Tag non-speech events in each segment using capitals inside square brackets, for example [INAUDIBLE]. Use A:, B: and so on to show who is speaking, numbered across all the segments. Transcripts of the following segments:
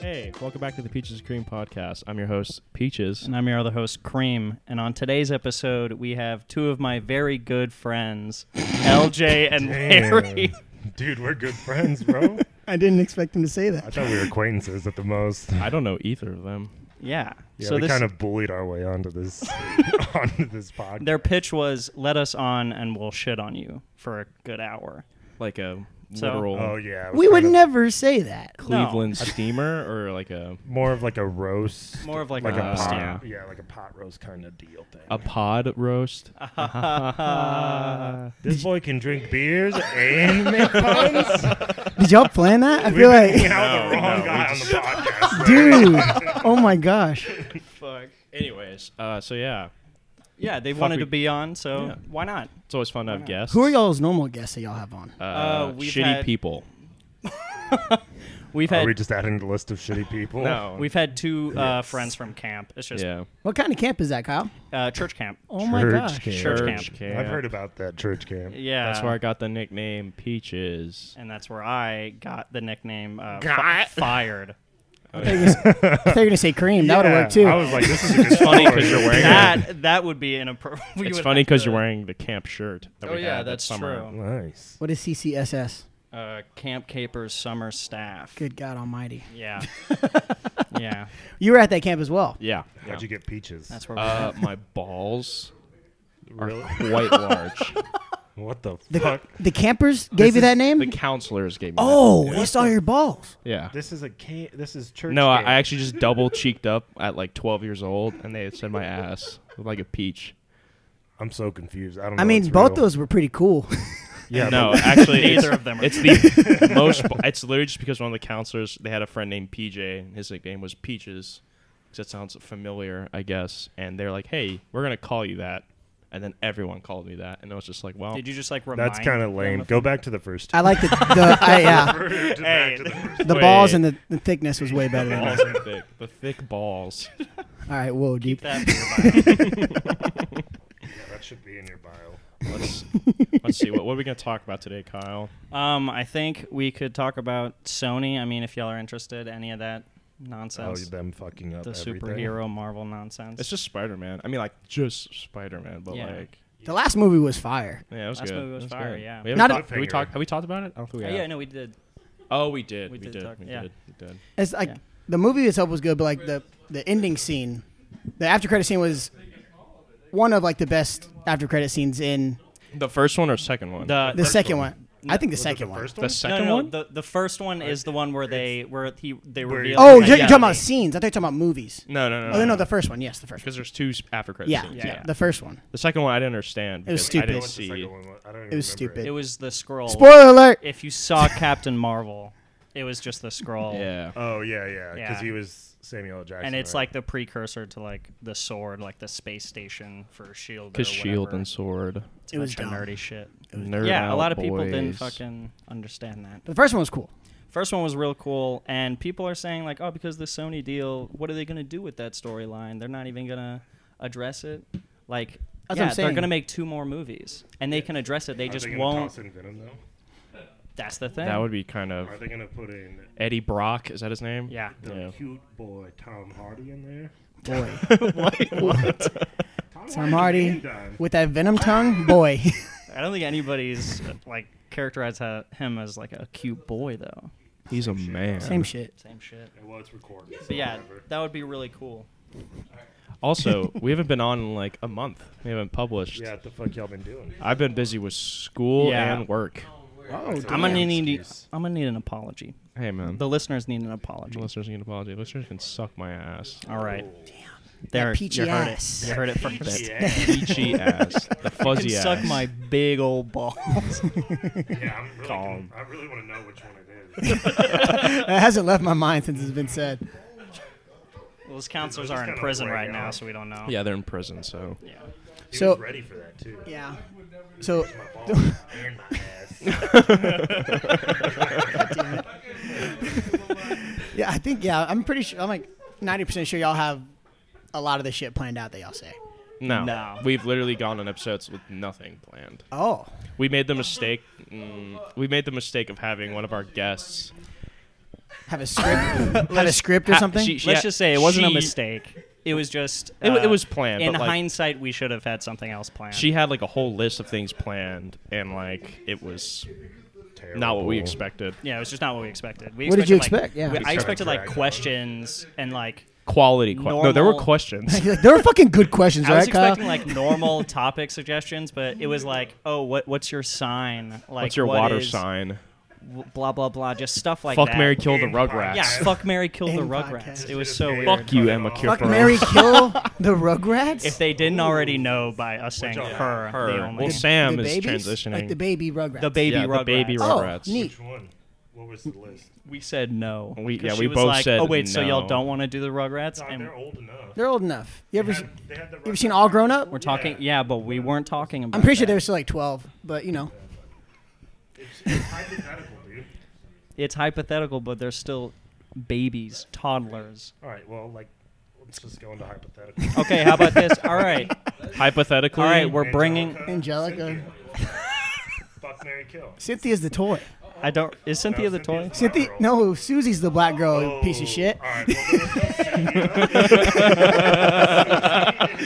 A: Hey, welcome back to the Peaches and Cream podcast. I'm your host, Peaches.
B: And I'm your other host, Cream. And on today's episode, we have two of my very
A: [LAUGHS]
B: good friends, LJ and Larry.
C: Dude, we're good friends, bro.
D: [LAUGHS] I didn't expect him to say
C: I
D: that.
C: thought we were acquaintances at the most.
A: I don't know either of them.
B: [LAUGHS] Yeah.
C: Yeah,
B: so
C: we
B: this,
C: kind of bullied our way onto this
B: [LAUGHS]
C: [LAUGHS] onto this podcast.
B: their pitch was, "Let us on, and we'll shit on you for a good hour."
A: Like a
B: So-
A: literal
C: oh yeah, it was
D: We would
C: kind of
D: never say that.
A: Cleveland steamer or like a
C: more of like a roast,
B: More of like,
C: like
B: a
C: a
B: roast,
C: pot,
B: yeah.
C: yeah. like a pot roast kind of deal thing.
A: a pod
B: [LAUGHS]
A: roast.
C: this boy can drink
D: [LAUGHS]
C: beers and make puns.
D: Did y'all plan that? I
C: We're [LAUGHS]
D: feel
C: hanging
D: like,
C: out with the wrong guy on
B: [LAUGHS]
C: the podcast.
D: dude. Oh my gosh.
A: Fuck. Anyways, uh, so yeah,
B: Yeah, they wanted
A: we-
B: to be on, so
A: Yeah.
B: why not?
A: it's always fun to have guests.
D: Who are y'all's normal guests that y'all have on?
A: Uh,
B: Uh, we've
A: shitty
B: had-
A: people.
B: We've
C: Are
B: had
C: we just adding the list of shitty people?
B: we've had two uh, friends from camp. It's just
A: Yeah.
D: What kind of camp is that, Kyle?
B: uh, church camp.
D: Oh my
C: Church
D: gosh.
C: camp.
B: Church
A: Church
B: camp.
A: camp.
C: I've heard about that church camp.
B: Yeah,
A: That's where I got the nickname Peaches.
B: and that's where I got the nickname uh, fi-
C: Got.
B: fired.
D: I thought you were gonna say cream. That would
C: Yeah,
D: have worked too.
C: I was like, this is a good
A: [LAUGHS] funny [LAUGHS]
C: story.
A: 'cause you're wearing
B: that that would be inappropriate. [LAUGHS] We
A: It's
B: would
A: funny
B: have
A: because
B: to-
A: you're wearing the camp shirt. That
B: Oh
A: we
B: yeah,
A: had that
B: that's
A: summer.
B: true.
C: Nice.
D: what is CCSS?
B: uh, Camp Capers summer staff.
D: Good God Almighty.
B: Yeah. yeah.
D: You were at that camp as well.
A: Yeah.
C: How'd you get peaches?
B: That's where we
A: Uh, my balls are
C: Really?
A: quite large.
C: [LAUGHS] What the
D: The,
C: fuck?
D: the campers gave you that name.
A: The counselors gave me.
D: oh,
A: that.
D: they saw your balls.
A: yeah.
C: This is a ca- This is church.
A: No, I,
C: camp.
A: I actually just double cheeked up at like 12 years old, and they had said my ass looked like a peach.
C: I'm so confused. I don't. know
D: I mean,
C: what's
D: both
C: real.
D: those were pretty cool.
C: Yeah,
A: no, actually,
B: Neither
A: it's-
B: of them are.
A: It's
B: [LAUGHS]
A: the most. It's literally just because one of the counselors they had a friend named PJ, and his nickname was Peaches, 'cause that sounds familiar, I guess. And they're like, "Hey, we're gonna call you that," and then everyone called me that, and I was just like, "Well,
B: Did you just like
C: but
B: remind?
C: that's kind of
B: them
C: lame. Go back to the first. Two.
D: I like the the I,
C: [LAUGHS]
D: yeah.
C: back to the first.
D: [LAUGHS] The
A: Wait.
D: balls and the, the thickness was way better than
A: balls
D: that.
A: are thick, the thick balls."
D: All right, whoa,
B: Keep
D: deep.
B: that in your bio.
C: Yeah, [LAUGHS] that should be in your bio.
A: Let's let's see what, what are we gonna talk about today, Kyle.
B: [LAUGHS] um, I think we could talk about Sony. I mean, if y'all are interested, any of that
C: Oh,
B: nonsense,
C: them fucking up
B: the
C: everything.
B: superhero Marvel nonsense.
A: It's just Spider Man. I mean, like just Spider Man, but
B: Yeah.
A: like
D: The last movie was fire.
A: yeah, it was
B: Last
A: good.
B: movie was
A: It
B: fire,
A: good.
B: yeah.
A: We haven't
D: Not a-
A: talked- have we talked. Have we talked about it? I don't think we
B: Oh,
A: have.
B: yeah, no, we did.
A: Oh, we did.
B: We
A: We,
B: did
A: did.
B: talk-
A: we
B: yeah.
A: did. We did.
D: It's like
B: Yeah.
D: the movie itself was good, but like the the ending scene, the after credit scene was one of like the best after credit scenes in
A: The first one or second one?
B: The,
D: the second one. I think the
C: Was it
D: second
C: the
D: one.
C: first
A: The
C: one?
B: no,
A: second
B: no,
A: one.
B: The, the first one is the one where they where he they
C: Where
B: reveal.
C: he-
D: Oh,
B: his
D: you're, you're talking about
B: identity.
D: scenes. I thought you were talking about movies.
A: No, no, no.
D: Oh, no, the first one. Yes, the first one.
A: because there's two s- after credits.
D: Yeah,
A: scenes,
D: yeah, the first one.
A: The second one I didn't understand.
D: It was
A: because I
C: I
A: didn't
C: don't know what the
A: see.
C: second one was. I don't even
D: It was
C: remember
D: stupid.
B: It was the scroll.
D: Spoiler alert.
B: If you saw Captain Marvel, it was just the scroll. [LAUGHS]
A: Yeah.
C: Oh yeah, yeah, because
B: Yeah.
C: he was Samuel L. Jackson.
B: and it's
C: right?
B: like the precursor to like the sword, like the space station for Shield.
A: Because shield E and sword.
B: it's
D: It was
B: a bunch of
D: dumb.
B: nerdy shit.
A: Nerd
B: yeah, a
A: out
B: lot of people
A: boys.
B: didn't fucking understand that.
D: But the first one was cool.
B: First one was real cool, and people are saying like, oh, because the Sony deal, what are they gonna do with that storyline? They're not even gonna address it. Like,
D: That's what
B: yeah,
D: I'm
B: they're
D: saying.
B: gonna make two more movies, and they can address it. They
C: Are
B: just
C: they gonna
B: won't.
C: Toss in Venom, though?
B: That's the thing.
A: That would be kind of
C: Are they gonna put in
A: Eddie Brock. Is that his name?
B: yeah.
C: the
A: Yeah.
C: cute boy Tom Hardy in there?
D: Boy,
C: Tom,
D: Tom
C: Hardy's
D: Hardy
C: been done.
D: with that venom tongue. Boy, [LAUGHS]
B: I don't think anybody's uh, like characterized ha- him as like a cute boy though.
A: He's a man.
D: same shit.
B: Same shit.
C: It was recorded. so
B: But yeah,
C: whatever.
B: that would be really cool.
A: Also, we haven't been on in like a month. We haven't published.
C: Yeah, what the fuck y'all been doing?
A: I've been busy with school
B: Yeah.
A: and work.
D: Oh,
B: I'm gonna
C: Damn.
B: need.
C: Excuse.
B: I'm gonna need an apology.
A: Hey man,
B: The listeners need an apology.
A: listeners can apologize. Listeners can suck my
B: [LAUGHS]
A: ass.
B: All right.
D: that
B: There,
D: peachy
B: you heard
D: ass.
B: it. You heard it
C: [LAUGHS]
B: first.
A: [LAUGHS]
C: Yeah,
A: Peachy ass, the fuzzy
B: You
A: ass.
B: suck my big old [LAUGHS]
C: [LAUGHS]
B: balls.
C: yeah, I'm really
A: Calm.
C: con- I really want to know which one it is.
D: [LAUGHS] that hasn't left my mind since it's been said.
B: Those counselors
C: Just
B: are in
C: kinda
B: prison
C: lay
B: right
C: out.
B: now, so we don't know.
A: Yeah, they're in prison, so
B: Yeah.
C: He
D: So-
C: was ready for that too.
D: Yeah. So
C: My balls and my ass.
D: [LAUGHS] yeah, I think yeah, I'm pretty sure. I'm like 90% sure y'all have a lot of the shit planned out that y'all say.
A: No.
B: No.
A: We've literally gone on episodes with nothing planned.
D: Oh,
A: We made the mistake. Mm, we made the mistake of having one of our guests.
D: have
B: [LAUGHS]
D: a script, have a script or
A: Ha-
D: something.
A: Uh, she- she
B: Let's
A: had-
B: just say it wasn't a
A: she-
B: mistake. It was just.
A: It wa- it
B: uh,
A: was planned,
B: In
A: but, like-
B: hindsight, we should have had something else planned.
A: She had like a whole list of things planned, and like it was
C: Terrible.
A: not what we expected.
B: yeah, it was just not what we expected. We
D: What did you
B: expected, like-
D: expect? Yeah.
B: we- I
C: Kinda
B: expected like
C: dragged on.
B: questions and like
A: Quality. Que- no, there were
B: Normal- [LAUGHS]
A: questions.
D: You're like, there were fucking good questions,
B: I was
D: right, Kyle?
B: expecting like normal topic suggestions, but it was like, oh, what what's your sign? Like,
A: What's your
B: what
A: water
B: is-
A: sign?
B: w- Blah blah blah. Just stuff like
A: Fuck,
B: that.
A: Mary, kill the
C: And
A: Rugrats.
C: podcast.
B: Yeah, fuck Mary, kill the
D: And
B: Rugrats.
D: podcast.
B: It was so weird.
A: Fuck you, Emma
D: Fuck
A: Kierfer.
D: Mary Kill the Rugrats.
B: If they didn't already know by us saying
C: Which one?
B: her,
A: Her.
B: the only [LAUGHS]
A: Well,
B: the,
A: Sam
D: the
A: is
D: babies?
A: transitioning.
D: Like the baby Rugrats.
B: baby
A: yeah,
B: Rugrats.
A: the baby
D: Oh,
A: Rugrats.
D: neat.
C: Which one? What was the list?
B: We said no.
A: We-
B: 'Cause
A: yeah,
B: she
A: we
B: was
A: both
B: like,
A: said
B: Oh wait, so y'all
A: no.
B: don't want to do the Rugrats?
C: Nah,
B: and
C: they're old enough.
D: They're old enough. You ever
C: They
D: se-
C: had, they had the
D: you ever seen All Grown Up?
B: we're talking. Yeah. but we weren't talking about.
D: I'm pretty sure
B: that.
D: they were still like 12, but you know.
C: It's, it's hypothetical, dude.
B: It's hypothetical, but they're still babies, toddlers.
C: All right, well, like, let's just go into hypothetical.
B: Okay, how about this? All right,
A: Hypothetically,
B: all right, we're
C: Angelica,
B: bringing.
D: Angelica.
C: Fuck Mary Kill.
D: Cynthia's the toy.
B: I don't. Is Cynthia the toy?
C: Cynthia's
D: Cynthia, no, Susie's the black girl, you piece of
C: Oh,
D: shit.
C: All right, well, [LAUGHS] then-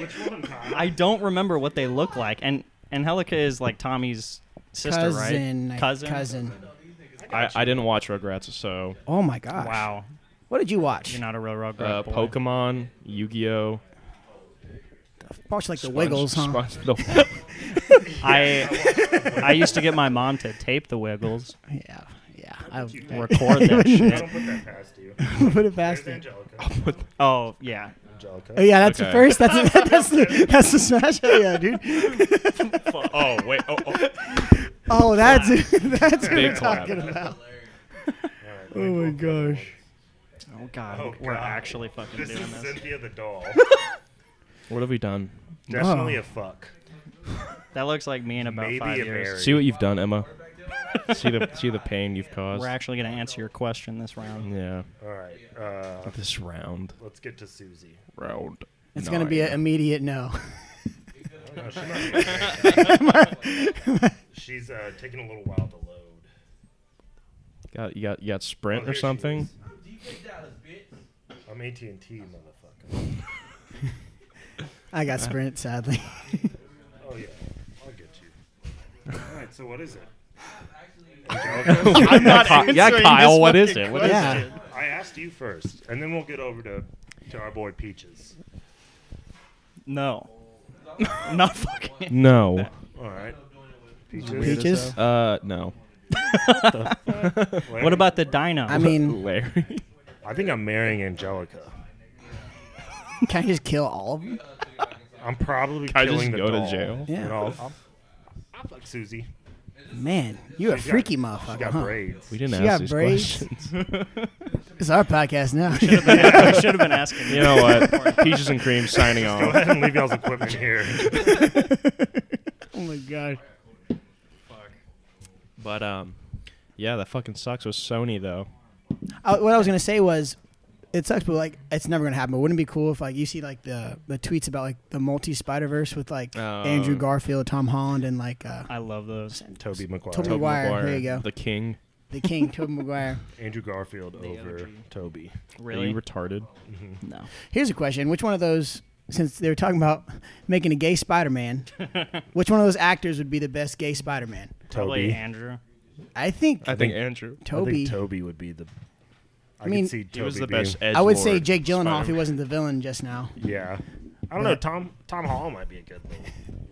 C: Which one? Kyle?
B: I don't remember what they look like. And Angelica is like Tommy's sister,
D: Cousin,
B: right?
D: I-
B: Cousin.
D: cousin.
A: I, I didn't watch Rugrats, so
D: Oh my gosh.
B: Wow,
D: What did you watch?
B: you're not a real Rugrats
A: uh,
B: boy.
A: Pokemon, Yu-Gi-Oh,
D: Watch like the Wiggles, huh?
A: Sponge-
D: [LAUGHS]
A: the-
B: I I used to get my mom to tape the
D: [LAUGHS]
B: Wiggles,
D: Yeah, yeah. I
B: record that
C: I
B: shit.
C: don't put that past you.
D: [LAUGHS] put it past
C: There's
D: it.
C: Angelica.
B: Oh yeah,
D: Oh
C: Angelica.
D: yeah, that's the
A: Okay.
D: first. That's the, [LAUGHS] that's the that's the smash. Oh, yeah, dude.
A: oh wait, oh, oh.
D: [LAUGHS] Oh, that's [LAUGHS] that's what
A: Big
D: we're
A: clap.
D: talking about.
C: All right,
D: Oh my gosh.
B: oh god,
C: Oh,
B: we're
C: God.
B: actually fucking
C: This
B: doing
C: is
B: this.
C: Cynthia the
D: [LAUGHS]
C: doll.
A: what have we done?
C: Definitely a fuck.
B: That looks like me in about
C: Maybe
B: five
C: a
B: years.
C: Mary.
A: See what you've done,
D: [LAUGHS]
A: Emma. see the see the pain you've caused.
B: We're actually gonna answer your question this round.
A: Yeah,
C: All right, uh,
A: this round,
C: let's get to Susie.
A: round.
D: It's gonna be an immediate no.
C: No, she's, not she's uh, taking a little while to load.
A: Got you got you got
C: Oh,
A: Sprint
C: here
A: or
C: she
A: something?
D: [LAUGHS]
C: is. I'm AT and T, motherfucker.
D: I got Sprint, sadly.
C: Oh yeah, I'll get you. All right, so what is it? Angelica?
A: I'm not yeah, Kyle, what is it? What is it?
D: yeah.
C: I asked you first, and then we'll get over to to our boy Peaches.
B: No, [LAUGHS] not fucking.
A: No.
C: All right,
D: Peaches.
A: Uh, no.
C: Larry?
B: What about the dino?
D: I mean,
A: Larry.
C: I think I'm marrying Angelica.
D: can I just kill all of them?
C: I'm probably
A: I [LAUGHS]
C: killing
A: just
C: the
A: go
C: doll.
A: to jail.
C: You
D: Yeah.
C: know, I'll, I'll fuck Susie.
D: Man, you're a
C: She's got-
D: freaky
C: She
D: motherfucker,
C: got
D: huh?
C: braids.
A: We didn't ask
D: She got
A: these
D: braids?
A: questions.
D: [LAUGHS] It's our podcast
B: [LAUGHS]
D: now. [LAUGHS]
B: I should have been asking.
A: you know what? Peaches and cream signing
C: Go
A: off.
C: ahead and leave y'all's equipment here.
D: oh my god.
A: But um, yeah, that fucking sucks with Sony though.
D: I, Uh, what I was gonna say was, it sucks, but like it's never gonna happen. But wouldn't it be cool if like you see like the the tweets about like the multi Spider Verse with like
A: Oh.
D: Andrew Garfield, Tom Holland, and like uh,
B: I love those.
C: Toby McGuire.
D: Tobey
A: Tobey
D: Maguire,
A: Maguire,
D: there you go.
A: The king.
D: the King, [LAUGHS] Tobey Maguire.
C: Andrew Garfield over Toby.
A: Are
B: Really?
A: you retarded?
B: No.
D: Here's a question: Which one of those, since they were talking about making a gay Spider [LAUGHS] Man, which one of those actors would be the best gay Spider Man?
B: Probably
C: Toby.
B: Andrew.
D: I think
A: I think Andrew.
C: I
D: Toby.
C: think Toby would be the. I,
D: mean-
C: can see Toby
A: He was the
C: being-
A: best. Edge
D: I would say Jake Gyllenhaal if he wasn't the villain just now.
C: Yeah. I don't know. Tom Tom Hall might be a good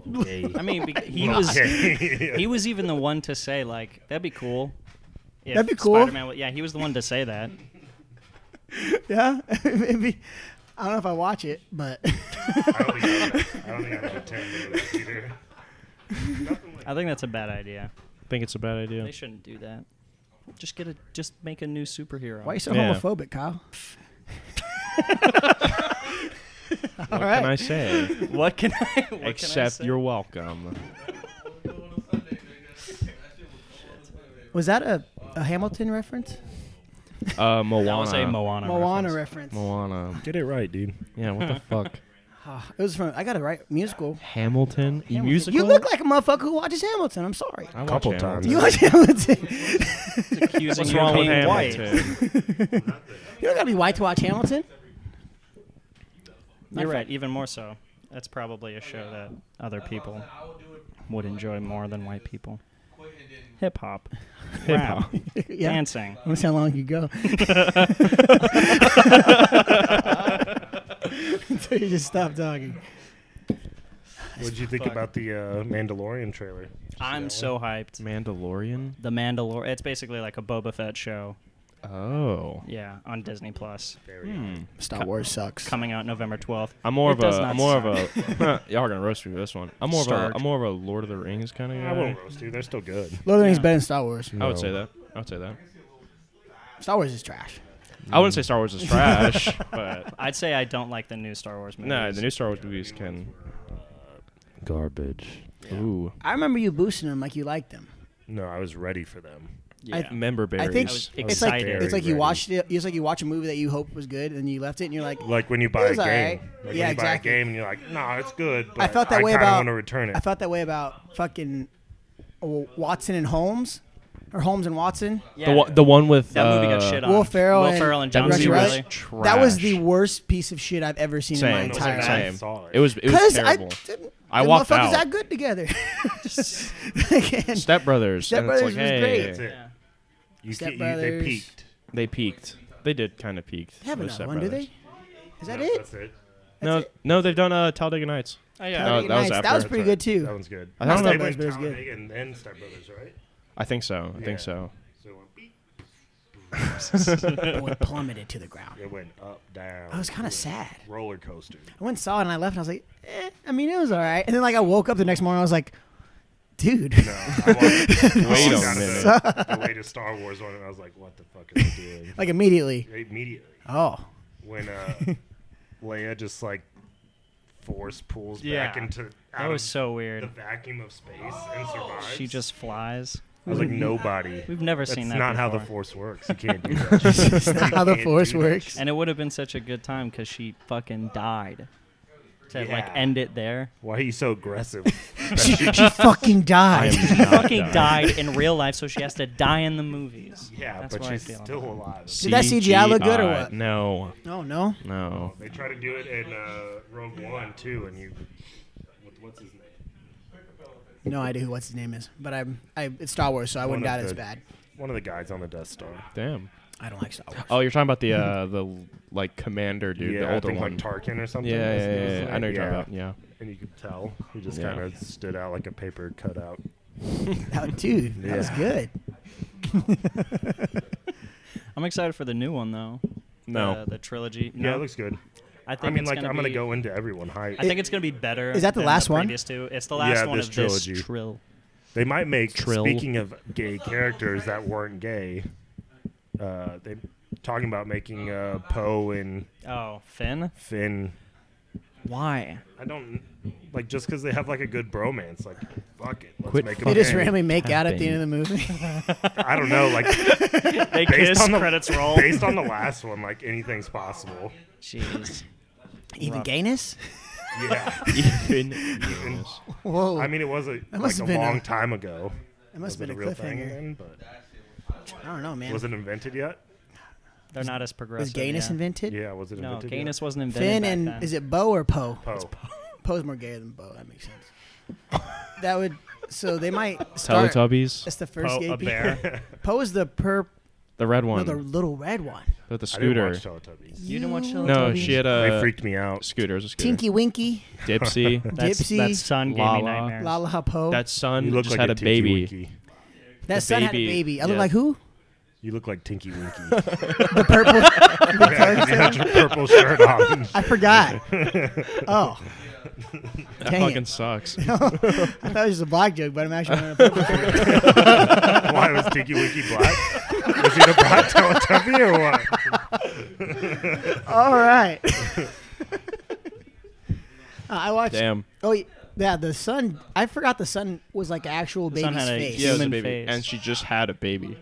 C: little. little
A: [LAUGHS]
B: I
C: gay.
B: mean, bec- he was
C: [LAUGHS] Okay.
B: he was even the one to say like that'd be cool. if
D: That'd be cool.
B: Spider-Man wa- yeah, he was the one to say that.
D: Yeah, [LAUGHS] maybe. I don't know if I watch it, but [LAUGHS]
C: I don't think I, I don't think I would attend to this either. Nothing like-
B: I think that's a bad idea.
A: think it's a bad idea.
B: They shouldn't do that. Just get a just [LAUGHS] make a new superhero.
D: why are you so
A: Yeah.
D: homophobic, Kyle? [LAUGHS] All
A: What can I
D: right. [LAUGHS]
A: say?
B: What can I? What
A: Except
B: can I say?
A: you're [LAUGHS] welcome.
D: Was that a, a Hamilton reference?
A: Uh, Moana.
B: That was a Moana.
D: Moana
B: reference.
D: reference.
A: Moana.
C: Get it right, dude.
A: Yeah, what
B: [LAUGHS]
A: the fuck?
D: Ah, it was from. I got it right. Musical.
A: Hamilton? You
D: Hamilton.
A: musical?
D: You look like a motherfucker who watches Hamilton. I'm sorry.
A: I watch
C: Couple
A: Hamilton.
C: times.
D: You watch Hamilton. [LAUGHS]
B: [LAUGHS] Accusing
A: What's
B: you
A: wrong
B: of
A: with
B: being white.
A: Hamilton?
D: you don't gotta be white to watch Hamilton.
B: You're right. Even more so. That's probably a show that other people [LAUGHS] would enjoy more
A: [LAUGHS]
B: than white people. Hip hop, rap,
D: [LAUGHS] yeah.
B: dancing.
D: Let me see how long you go. [LAUGHS] Until you just stop talking.
C: What did you think about the uh, Mandalorian trailer?
B: [LAUGHS] I'm so hyped.
A: [LAUGHS] Mandalorian?
B: The Mandalore. It's basically like a Boba Fett show.
A: Oh.
B: Yeah, on Disney Plus,
C: Very
B: hmm.
D: Star Wars sucks.
B: coming out November 12th.
A: I'm more
B: It
A: of
B: does
A: a.
B: not
A: I'm more of a. [LAUGHS]
B: [LAUGHS]
A: y'all are gonna roast me for this one. I'm more of
B: Stark.
A: a. I'm more of a Lord of the Rings kind of guy.
C: I won't roast you. They're still good.
D: Lord of the Rings is better than Star Wars.
A: I would say
C: No.
A: that. I would say that.
D: Star Wars is trash.
A: I
B: Hmm.
A: wouldn't say Star Wars is
B: [LAUGHS]
A: trash, but
B: I'd say I don't like the new Star Wars movies.
A: no, the new Star Wars movies can.
C: Garbage.
A: Ooh,
D: I remember you boosting them like you liked them.
C: No, I was ready for them.
B: Yeah.
D: I-
A: member berries.
D: I think
B: I was
D: it's like
B: excited.
D: it's like you
C: Very
D: watched it. It's like you watch a movie that you hoped was good, and you left it, and you're like,
C: Like when you buy
D: It
C: a
D: was
C: game.
D: alright.
C: Like
D: Yeah,
C: when you
D: exactly.
C: buy a game and you're like, nah, it's good. But
D: I felt that way
C: kinda
D: about.
C: want to return it.
D: I felt that way about fucking oh, Watson and Holmes, or Holmes and Watson.
B: Yeah.
A: the, one, the one with
B: that movie got
A: uh,
B: shit on.
D: Will Ferrell
B: Will
D: and
B: Ferrell and
A: That
B: John
D: Jackie
A: movie
B: C.
A: was
D: Riley.
A: trash.
D: That was the worst piece of shit I've ever seen in my
A: Same.
D: entire
C: Same.
D: life.
C: saw it.
A: It was. It was
D: Because I
A: terrible.
D: didn't.
A: I
D: the
A: walked
D: motherfuckers
A: out.
D: that
A: [LAUGHS]
D: good together. [LAUGHS] Like, and
A: Step Brothers.
D: Step
A: and
D: Brothers
A: it's like,
D: was
A: hey,
D: great.
C: That's it.
B: Yeah.
C: You,
D: Step
C: ca- you, they
D: Brothers.
C: peaked.
A: They peaked. They did kind of peaked.
D: they have
A: with
D: another
A: Step
D: one, do
A: Brothers.
D: they? Is that
C: Yeah,
D: it?
C: That's it.
A: No,
D: That's
A: no, they've done uh, Talladega Nights.
B: Oh, yeah.
A: Uh,
D: Talladega
A: that was
D: Nights.
A: after,
D: pretty
A: that's
D: good too.
C: That one's good.
A: I don't know.
D: Step
C: They
A: if-
C: went
D: Brothers, but it was good.
C: Talladega and then Step Brothers, right?
A: I think so. I
C: Yeah.
A: think so.
C: So it went, beep.
D: Boy, plummeted to the ground.
C: it went up, down.
D: I was kind of sad.
C: roller coaster.
D: I went and saw it and I left and I was like, eh, I mean, it was all right. And then like I woke up the next morning, I was like, dude,
C: No, I walked,
A: [LAUGHS] Wait
C: I
A: a
C: walked out of
A: minute.
C: the,
A: [LAUGHS]
C: the latest Star Wars one, and I was like, "What the fuck are they doing?"
D: [LAUGHS] like immediately.
C: Immediately,
D: Oh,
A: [LAUGHS]
C: when uh, Leia just like force pulls back
B: Yeah.
C: into out
B: That was
C: of
B: so
C: the
B: weird.
C: vacuum of space and survives.
B: She just flies.
C: I was like, "Nobody."
B: We've never
C: That's
B: seen that.
C: not how the
B: before.
C: force works. [LAUGHS] You
B: [LAUGHS]
C: can't do that.
D: that's not how the
C: can't
D: force
C: do that.
D: works.
B: And it would have been such a good time because she fucking died. To like
C: Yeah.
B: end it there.
C: Why are you so
B: [LAUGHS]
C: aggressive?
D: [LAUGHS] she, she fucking died.
A: am
D: [LAUGHS]
B: She
A: not [LAUGHS]
B: fucking
A: done.
B: died in real life, so she has to die in the movies.
C: Yeah,
B: That's
C: but
B: what I
C: she's
B: feel
C: still
B: about it.
C: alive.
D: Did that CGI look good or
A: CGI?
D: what?
A: No,
D: No, no.
A: no.
C: They try to do it in uh, Rogue One too, and you. what- What's his name?
D: No idea who what's his name is, but I'm I it's Star Wars, so I wouldn't
C: One
D: doubt
C: of
D: it's
C: the-
D: bad.
C: One of the guys on the Death Star.
A: Damn.
D: I don't like Star Wars.
A: Oh, you're talking about the uh, the like commander dude,
C: yeah,
A: the
C: I
A: older
C: think
A: one.
C: like Tarkin or something.
A: yeah, yeah,
C: is-
A: yeah,
C: is
A: yeah,
C: like-
A: I know you're
C: yeah.
A: talking about. Yeah.
C: And you could tell he just
A: Yeah.
C: kind of stood out like a paper cutout.
D: Oh, dude, that was
C: Yeah.
D: good.
B: I'm excited for the new one though.
A: No.
B: the, the trilogy.
C: Yeah,
B: Uh, No?
C: it looks good.
B: I
C: I
B: think
C: mean,
B: it's
C: like
B: gonna
C: I'm gonna
B: be-
C: go into everyone hype.
B: I think it's gonna be better.
D: Is that the
B: than
D: last one?
B: Previous two. It's the last
C: Yeah,
B: one
C: this
B: of this
C: trilogy.
B: trill.
C: they might make.
A: Trill.
C: Speaking of gay characters that weren't gay, uh, they talking about making uh, Poe and
B: Oh, Finn.
C: Finn.
B: Why?
C: I don't like just because they have like a good bromance. Like, fuck it, let's
A: Quit
C: make 'em
D: They just
C: gay.
D: randomly make out at the
A: Happened.
D: end of
C: [LAUGHS]
D: the movie. [LAUGHS]
C: I don't know. Like,
B: They
C: Based
B: kiss.
C: on the-
B: credits
C: [LAUGHS]
B: roll.
C: based on the last one, like anything's possible.
B: Jeez.
D: Even
B: Rough.
D: gayness?
C: Yeah.
A: Even. Yes.
D: Whoa.
C: I mean, it was a like
D: must
C: a
D: have been
C: long
D: a-
C: time ago.
D: that must
C: Was
D: have been a
C: it real thing
D: cliffhanger.
C: then, but
D: I don't know, man.
C: was it invented yet?
B: They're not as progressive.
D: was gayness
B: yeah.
D: invented?
C: Yeah, was it
B: No,
C: invented?
B: gayness wasn't invented.
D: Finn
B: back
D: and
B: then.
D: is it Bo or Poe?
C: Yet?
D: It's
C: Oh,
D: Poe's more gay than Bo. That makes sense. that would so they might start.
A: Teletubbies.
D: That's the first
B: Oh,
D: gay
B: a
C: [LAUGHS]
D: people.
B: bear.
D: Poe is the per
A: The red
D: no,
A: one
D: the little red one.
A: with the
C: I didn't
A: scooter.
C: watch Teletubbies.
B: You didn't watch
D: You-
A: No,
B: Teletubbies?
A: she had
C: they
A: a
C: freaked me out.
A: scooter. It was a scooter.
D: Tinky Winky,
A: Dipsy.
B: That's,
D: Dipsy,
B: That son gave
A: Lala.
B: me nightmares. [LAUGHS]
D: La La Poe.
A: that son
C: You look
A: just had
C: like
A: a,
C: Tinky
A: baby.
C: Winky.
D: That son had a
A: baby,
D: baby. I look
A: yeah.
D: like who?
C: You look like Tinky
D: [LAUGHS]
C: Winky.
D: The purple. [LAUGHS]
C: yeah, 'cause you had your purple shirt on.
D: I forgot. Oh,
A: That
D: Dang it.
A: fucking sucks.
D: I thought it was just a black joke, but I'm actually wearing a
A: [LAUGHS]
D: purple.
C: Why was Tinky Winky black? Was he the black Teletubby or
A: [LAUGHS]
C: what?
D: All right. [LAUGHS] Uh, I watched.
A: Damn.
D: Oh y- yeah, the sun. I forgot the sun was like an actual
B: sun
D: baby's
B: had a
D: face.
A: Yeah, it was a
B: Human
A: baby,
B: face.
A: and she just had a baby.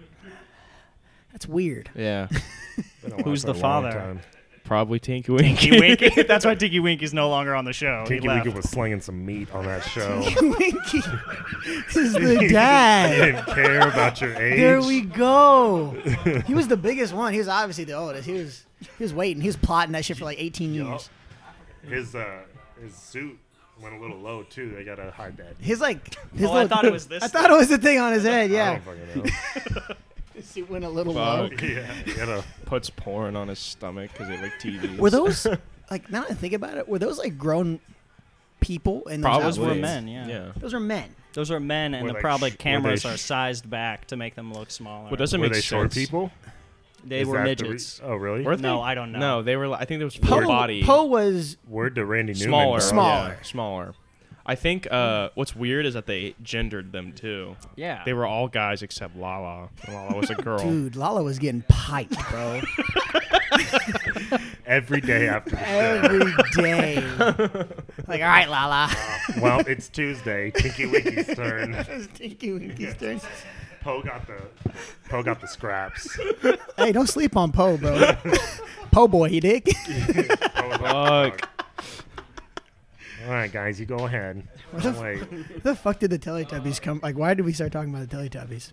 D: That's weird. [LAUGHS]
A: Yeah,
C: Been a while
B: Who's
C: for a
B: the
C: long
B: father?
C: time.
A: probably Tinky Winky.
B: Tinky Winky. [LAUGHS] That's why Tinky Winky's no longer on the show. He
C: Tinky
B: left.
C: Winky was slinging some meat on that show.
D: Winky. this
B: [LAUGHS]
C: [LAUGHS]
D: is the dad.
C: Didn't care about your age.
D: There we go. He was the biggest one. He was obviously the oldest. He was he was waiting. He was plotting that shit for like 18 years.
C: His uh, his suit went a little low too. They gotta hide that.
D: His like his
B: Oh, I
D: little-
B: thought it was this Oh.
D: I thought it was the thing
B: [LAUGHS]
D: on his head.
C: I
D: Yeah,
C: don't fucking know.
D: his suit went a little low.
A: [LAUGHS] Fuck.
C: [LAUGHS] yeah, you gotta
A: Puts porn on his stomach because they like TV.
D: Were those like now that I think about it? Were those like grown people in those
A: Probably.
B: Those were
D: outfits?
B: men, yeah.
A: Yeah.
D: Those were men.
B: Those are men, and
C: Were
B: the
C: they
B: probably
C: sh- were they
B: cameras
C: sh-
B: are sized back to make them look smaller.
A: Well, doesn't
C: were
A: make
C: they
A: sense.
C: short people?
B: they
C: Is
B: were
C: that the re-
B: midgets.
C: oh really?
A: Were they?
B: No, I don't know.
A: No, they were. li- I think there was full
D: Poe
A: body,
D: Poe was
C: Word to Randy Newman.
A: smaller,
C: bro.
D: Smaller.
A: yeah, smaller. I think uh, what's weird is that they gendered them too.
B: Yeah.
A: They were all guys except Lala. And Lala was a girl.
D: dude. Lala was getting piped, bro,
C: Every day after the show.
D: every [LAUGHS] day. like, all right, Lala.
C: well, it's Tuesday. Tinky Winky's turn.
D: Tinky Winky's turn.
C: Poe got the Poe got the
D: [LAUGHS]
C: scraps.
D: Hey, don't sleep on Poe, bro. Poe boy, he dick.
C: Poe was like,
A: Fuck.
C: All right, guys, you go ahead. Don't wait.
D: the fuck did the Teletubbies come? Like, why did we start talking about the Teletubbies?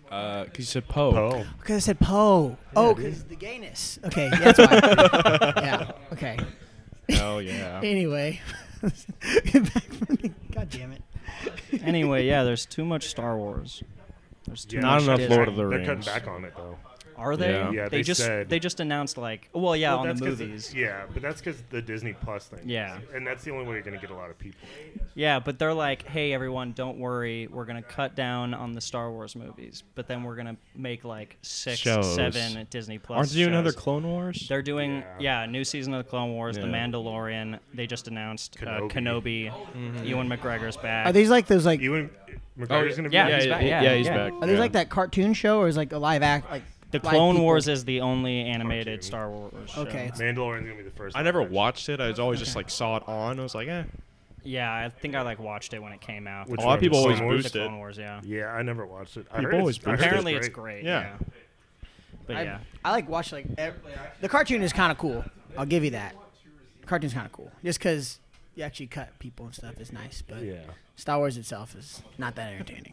A: Because Uh, you said Poe.
C: Poe.
D: Because I said Poe. oh, because the gayness. Okay, yeah, that's why. yeah. Okay.
A: Hell [LAUGHS] yeah.
D: Anyway, [LAUGHS] Get back from the- God damn it.
B: anyway, yeah, there's too much Star Wars. There's too
C: Yeah.
A: Not
B: much
A: enough
B: Disney.
A: Lord of the
C: They're cutting
A: Rings.
C: back on it though.
B: Are they?
A: Yeah.
C: Yeah,
B: they,
C: they
B: just
C: said-
B: they just announced like, well, yeah, on
C: That's
B: the
C: 'cause it-
B: movies.
C: Yeah, but that's because the Disney Plus thing.
B: Yeah.
C: and that's the only way you're gonna get a lot of people.
B: Yeah, but they're like, hey, everyone, don't worry. We're going to cut down on the Star Wars movies, but then we're going to make like six,
A: Shows.
B: seven Disney Plus.
A: Aren't they doing another
B: shows.
A: Clone Wars?
B: They're doing,
C: Yeah.
B: yeah. a new season of The Clone Wars, The
A: Yeah.
B: Mandalorian. They just announced Kenobi, uh, Kenobi
C: Kenobi.
A: Mm-hmm.
B: Ewan McGregregor's back.
D: Are these like those like?
C: You and
A: Oh,
C: McGregor's gonna be.
B: yeah,
C: in
A: yeah,
B: he's
C: it?
B: back,
A: yeah,
B: yeah,
A: he's
B: yeah.
A: back.
D: Are these
A: yeah.
D: like that cartoon show, or is like a live act? Like
B: the
D: live
B: Clone
D: people?
B: Wars is the only animated Star Wars show.
D: Okay.
C: Mandalorian's gonna be the first.
A: I
C: one.
A: never watched it. I was always just like saw it on. I was like, eh.
B: Yeah, I think I like watched it when it came out.
C: Which
A: A lot
C: one?
A: of people
C: The
A: always
C: Clone Wars?
B: The
A: boost it.
B: Clone Wars, yeah.
C: Yeah, I never watched it. I
A: People
C: heard
A: always
C: I heard
B: Apparently it's great.
A: Yeah.
B: Yeah. But
D: I,
B: yeah.
D: I like watch like ev- the cartoon is kind of cool. I'll give you that. Cartoon's kind of cool, just because you actually cut people and stuff is nice. But
C: Yeah.
D: Star Wars itself is not
C: [LAUGHS]
D: that entertaining.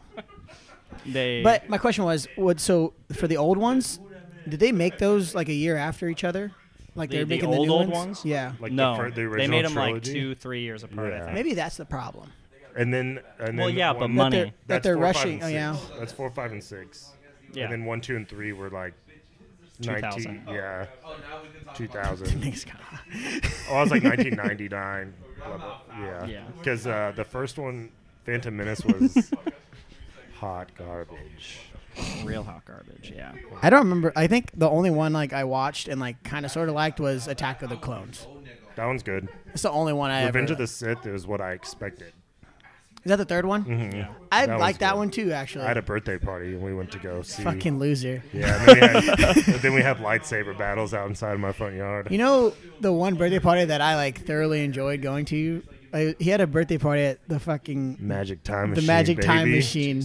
B: They
D: But my question was, what? So for the old ones, did they make those like a year after each other? Like
B: The-
D: they're
B: the
D: making
B: old,
D: new
B: old ones?
D: Yeah.
C: Like
B: no,
C: the, fir- the
B: they
C: original
B: made them like
C: trilogy.
B: two, three years apart.
C: Yeah.
B: I think.
D: Maybe that's the problem.
C: and then and
B: Well,
C: then
B: yeah,
C: one-
B: but money.
D: That they're, that
C: That's
D: they're
C: four, five,
D: rushing.
C: and
D: Oh yeah. [LAUGHS]
C: six. that's four, five, and six.
B: Yeah.
C: And then one, two, and three were like
B: 2000.
C: 19, yeah,
D: Oh,
C: 2000.
D: Thanks, God.
C: [LAUGHS] oh, I was like 1999. blah, blah, yeah,
B: Yeah.
C: because uh, the first one, Phantom Menace,
D: [LAUGHS]
C: was hot garbage.
B: real hot garbage. Yeah.
D: [LAUGHS]
C: Mm-hmm.
D: I don't remember. I think the only one like I watched and like kind of sort of liked was Attack of the Clones.
C: That one's good.
D: It's the only one I
C: Revenge
D: ever.
C: of the Sith is what I expected.
D: Is that the third one?
B: Yeah.
D: I
C: Mm-hmm. That was
D: like that
C: good.
D: one too, actually.
C: I had a birthday party and we went to go see.
D: Fucking loser.
C: Yeah, and then we had,
D: [LAUGHS]
C: then we had lightsaber battles outside my front yard.
D: You know the one birthday party that I like thoroughly enjoyed going to. I, he had a birthday party at the fucking
C: Magic time
D: the
C: machine.
D: Magic Time
C: baby.
D: Machine.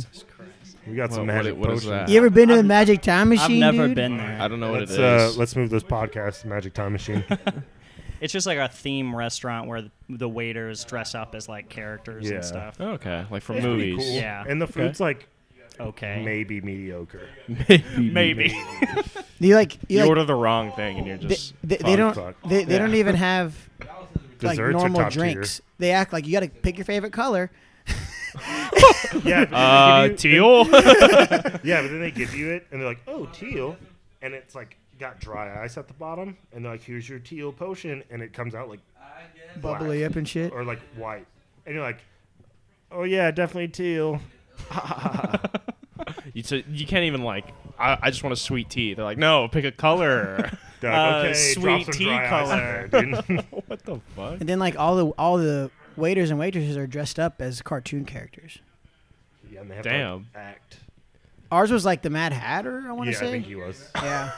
C: We got some
A: What- what-
C: magic
A: what is
C: potions.
A: that?
D: You ever been to the
B: I've-
D: Magic Time Machine?
B: I've never
D: dude?
B: been there.
A: I don't know what
C: Let's
A: it
C: uh,
A: is.
C: let's move this podcast to Magic
A: [LAUGHS]
C: Time Machine.
B: It's just like a theme restaurant where the waiters dress up as like characters
C: Yeah.
B: and stuff.
A: Oh, okay, like from
C: It's pretty
A: movies. [LAUGHS]
C: cool.
B: Yeah.
C: And the food's like
B: Okay.
C: maybe mediocre.
A: Maybe. [LAUGHS]
B: Maybe.
D: Do you like you,
A: You
D: like,
A: order the wrong thing and you're
D: they,
A: just.
D: they, they
C: fuck,
D: don't
C: fuck.
D: they, they
A: Yeah.
D: don't even have like
C: Desserts are
D: normal
C: top tier.
D: drinks. They act like you got to pick your favorite color.
C: [LAUGHS] Yeah. but
A: Uh,
C: then they
A: [LAUGHS]
C: give
A: teal. Uh,
C: you- yeah, but then they give you it and they're like, "Oh, teal," and it's like got dry ice at the bottom, and they're like, "Here's your teal potion," and it comes out like black
D: Bubbly up and shit.
C: or like white, and you're like, "Oh yeah, definitely teal."
A: you, t- you can't even like. I, I just want a sweet tea. They're like, no, pick a color.
C: They're
B: Uh,
C: Like, okay, drop
B: sweet
C: some
B: tea
C: dry ice in there, dude."
A: what the fuck?
D: And then like all the all the waiters and waitresses are dressed up as cartoon characters.
C: yeah, and they have To,
A: Damn.
C: like, act.
D: Ours was like the Mad Hatter, I want
C: Yeah,
D: to say.
C: I think he was.
D: yeah,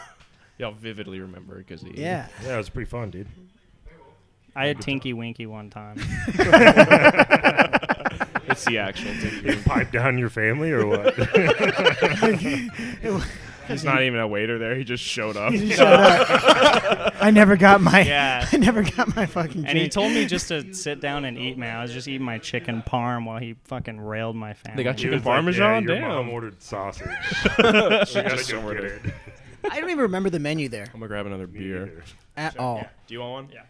A: Y'all vividly remember because he.
D: yeah.
C: Yeah, it was pretty fun, dude.
B: I had Tinky Winky
A: [LAUGHS]
B: one time.
A: It's the
C: [LAUGHS]
A: actual
C: You
A: thing.
C: pipe down your family or [LAUGHS] what? [LAUGHS]
D: [LAUGHS]
A: He's not even a waiter there. He just showed up.
D: [LAUGHS] He showed
A: [LAUGHS]
D: up. I never got my.
B: Yeah.
D: [LAUGHS] I never got my fucking.
B: And he
D: drink.
B: told me just to sit down and eat, man. I was just eating my chicken parm while he fucking railed my family.
A: They got
C: He
A: you-
C: was
A: Chicken
C: like,
A: parmesan?
C: Yeah, your
A: Damn.
C: mom ordered sausage.
A: She
C: I gotta
A: just
C: go
A: ordered
C: get
A: it.
C: it.
D: I don't even remember the menu there
A: I'm gonna grab another [LAUGHS] beer.
D: at all.
A: Do you want one? Yeah.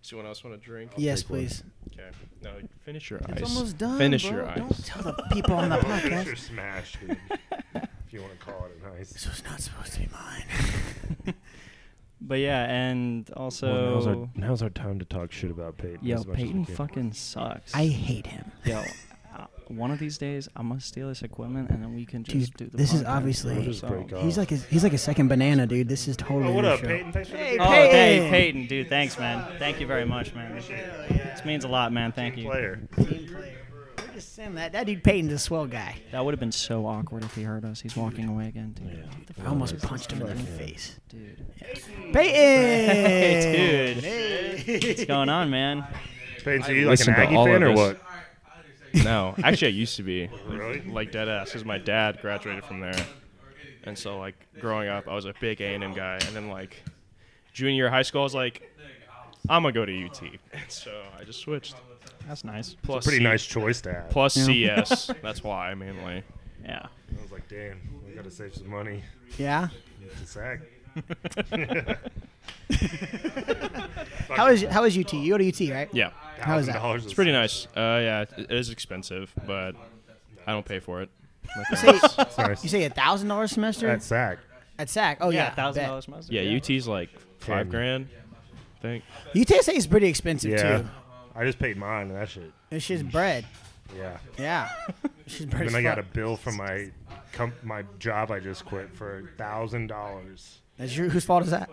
A: Does anyone else want a drink?
D: Yes,
C: take one.
D: please.
A: Okay. No, finish your ice.
D: It's almost done.
A: Finish
D: bro.
A: your ice.
D: Don't tell the people on the
C: Well, [LAUGHS] finish your
D: podcast.
C: smash, dude,
A: [LAUGHS]
C: if you want to call it a nice.
D: This was not supposed to be mine.
B: [LAUGHS] But yeah, and
C: now's,
B: also,
C: our, now's our time to talk shit about Peyton.
B: yo,
C: as much as we
B: Peyton
C: can.
B: fucking sucks.
D: I hate him.
B: yo, uh, one of these days I'm gonna steal this equipment and then we can just
D: Dude,
B: do the.
D: this is
B: podcast.
D: obviously- We'll
C: just break off.
D: He's like a, he's like a second banana, dude. This is totally.
C: Oh, what
D: your
C: up,
D: show.
C: Peyton? Thanks for
D: Hey,
C: the
B: Oh,
C: beer.
D: Peyton.
B: hey, Peyton, dude, thanks, man. Thank you very much, man. This means a lot, man. Thank you.
C: player.
D: Team player. We're just saying that that dude Peyton's a swell guy.
B: That would have been so awkward if he heard us. He's walking away again, dude.
D: I almost punched him in the face.
B: Dude,
D: Peyton.
B: Hey, dude.
D: Hey.
B: what's going on, man?
C: Peyton, so you like an
A: Listen to
C: Aggie
A: all
C: fan
A: of
C: or
A: this.
C: what?
A: [LAUGHS] No, actually, I used to be
C: Really?
A: like dead ass because my dad graduated from there, and so like growing up, I was a big A and M guy, and then like junior year of high school, I was like, I'm gonna go to UT, and so I just switched.
B: That's nice.
A: Plus,
C: Pretty
A: C-
C: nice choice to have.
A: Plus
B: Yeah.
A: CS. That's why mainly.
B: [LAUGHS] Yeah.
C: I was like, damn, I gotta save some money.
D: Yeah.
C: It's a sack.
D: [LAUGHS] How is how is UT? You go to UT, right?
A: Yeah,
D: How is that?
C: $1,000
A: it's pretty nice. Uh, yeah, it- it is expensive, but I don't pay for it. My
D: [LAUGHS] Say,
A: parents-
C: It's nice.
D: you say a thousand dollars semester
C: That sack.
D: at SAC? Oh yeah,
B: Yeah, thousand
D: bet.
B: dollars mustard.
A: yeah, UT's like five
C: Ten.
A: grand. I think.
D: UTSA is pretty expensive
C: Yeah.
D: too.
C: I just paid mine and that shit.
D: It's just bread.
C: Yeah.
D: Yeah. It's just bread.
C: Then
D: as
C: I got a
D: fuck.
C: bill from my com- my job I just quit for thousand dollars.
D: That's your, whose fault is that?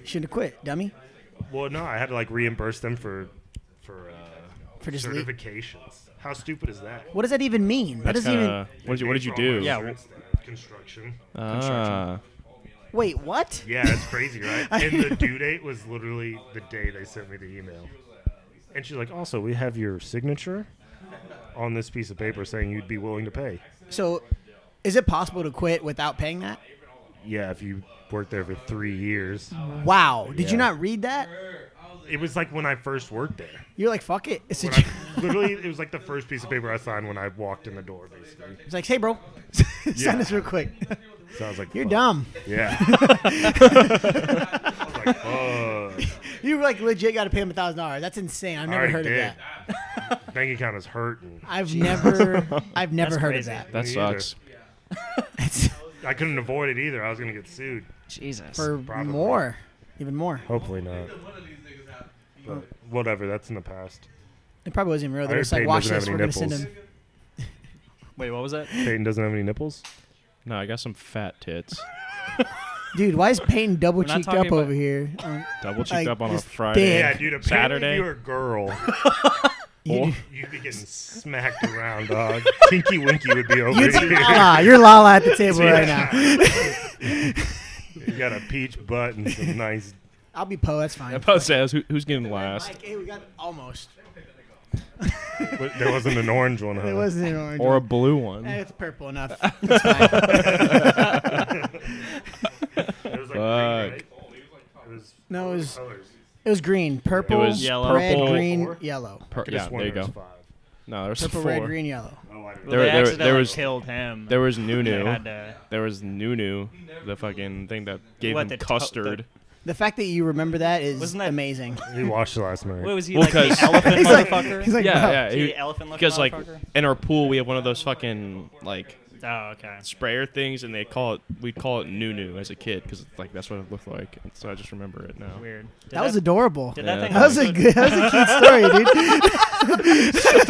D: You shouldn't have quit, dummy.
C: Well, no, I had to like reimburse them for for uh,
D: For just leave.
C: certifications. How stupid is that?
D: What does that even mean? That
A: That's
D: doesn't
A: kinda, what did you What did you do?
B: Yeah,
C: Insurance construction.
A: Ah.
D: even. Wait, what?
C: Yeah, that's crazy,
D: [LAUGHS]
C: right? and the due date was literally the day they sent me the email. And she's like, also, we have your signature on this piece of paper saying you'd be willing to pay.
D: So, is it possible to quit without paying that?
C: Yeah, if you worked there for three years.
D: Wow. Did you
C: Yeah.
D: not read that?
C: It was like when I first worked there.
D: You're like, fuck it. It's, a,
C: When
D: [LAUGHS]
C: I, literally, it was like the first piece of paper I signed when I walked in the door, basically.
D: it's like, hey, bro, [LAUGHS] sign this real quick. [LAUGHS]
C: So I was like,
D: You're
C: "Fuck."
D: dumb. [LAUGHS]
C: Yeah. [LAUGHS] I was like, fuck.
D: You like legit got to pay him a thousand dollars. That's insane. I've never
C: already
D: heard
C: did.
D: of that.
C: Bank account is hurting.
D: I've never, I've never
B: That's
D: heard
B: crazy.
D: of that.
A: That
C: Me
A: sucks.
D: That's
C: I couldn't avoid it either. I was going to get sued.
B: Jesus.
D: for
C: Probably.
D: more, even more.
C: Hopefully not. But whatever, that's in the past.
D: It probably wasn't even real. They're
C: heard
D: just like,
C: Peyton
D: watch
C: doesn't
D: this. We're
C: have
D: gonna
C: any
D: send him.
C: nipples.
B: Wait, what was that?
C: Peyton doesn't have any nipples.
A: No, I got some fat tits.
D: Dude, why is Peyton double
B: not
D: cheeked
B: talking
D: up
B: about-
D: over here? Um,
A: Double cheeked
D: Like,
A: up on a
D: just
A: Friday.
D: thick.
C: Yeah, dude. Apparently
A: Saturday?
C: If you're a girl, [LAUGHS]
A: [LAUGHS] Or-
C: you'd be getting smacked around, dog. [LAUGHS] Tinky Winky would be over
D: you
C: [LAUGHS] here.
D: Lala, you're Lala at the table
C: [LAUGHS]
D: right now.
C: you got a peach butt and some nice.
D: I'll be Poe. That's fine.
A: I about to say, I was- who, who's getting last?
D: Like, hey, we got almost.
C: But there wasn't an orange one, huh?
D: It wasn't an orange.
A: Or a
D: one.
A: blue one.
D: Eh, it's purple enough. It's fine.
C: It was like
A: Fuck.
C: green, right? It was
D: No, it was
C: colors.
D: it was green, purple,
A: was
B: Yellow.
D: red,
A: purple.
D: green,
C: Four?
D: yellow,
A: Per- yeah,
C: This one
A: there you go.
C: was Five.
A: No, there was
D: purple,
A: four.
D: red, green, yellow.
C: Oh, I didn't.
A: There-
B: they
A: there-
B: accidentally
A: there was-
B: killed him.
A: There was
B: They had
A: Nunu.
B: to-
A: There was Nunu, the fucking thing that gave
B: What, the
A: him
B: to-
A: custard.
D: The fact that you remember that is
B: Wasn't that-
D: amazing.
C: He watched last night.
B: What was he
A: Well,
B: like? The
A: 'cause- [LAUGHS]
B: elephant
D: He's like-
B: motherfucker. [LAUGHS]
D: He's like, "Bro."
A: yeah, yeah.
B: See
A: he-
B: the elephant looking
A: because like
B: motherfucker?
A: in our pool we have one of those fucking like
B: oh, okay.
A: sprayer things, and they call it we'd call it Nunu as a kid because like that's what it looked like. And so I just remember it now.
B: Weird. Did
D: that was adorable.
B: Did
A: Yeah.
B: that thing?
D: That was a good, that was a cute story, dude. [LAUGHS]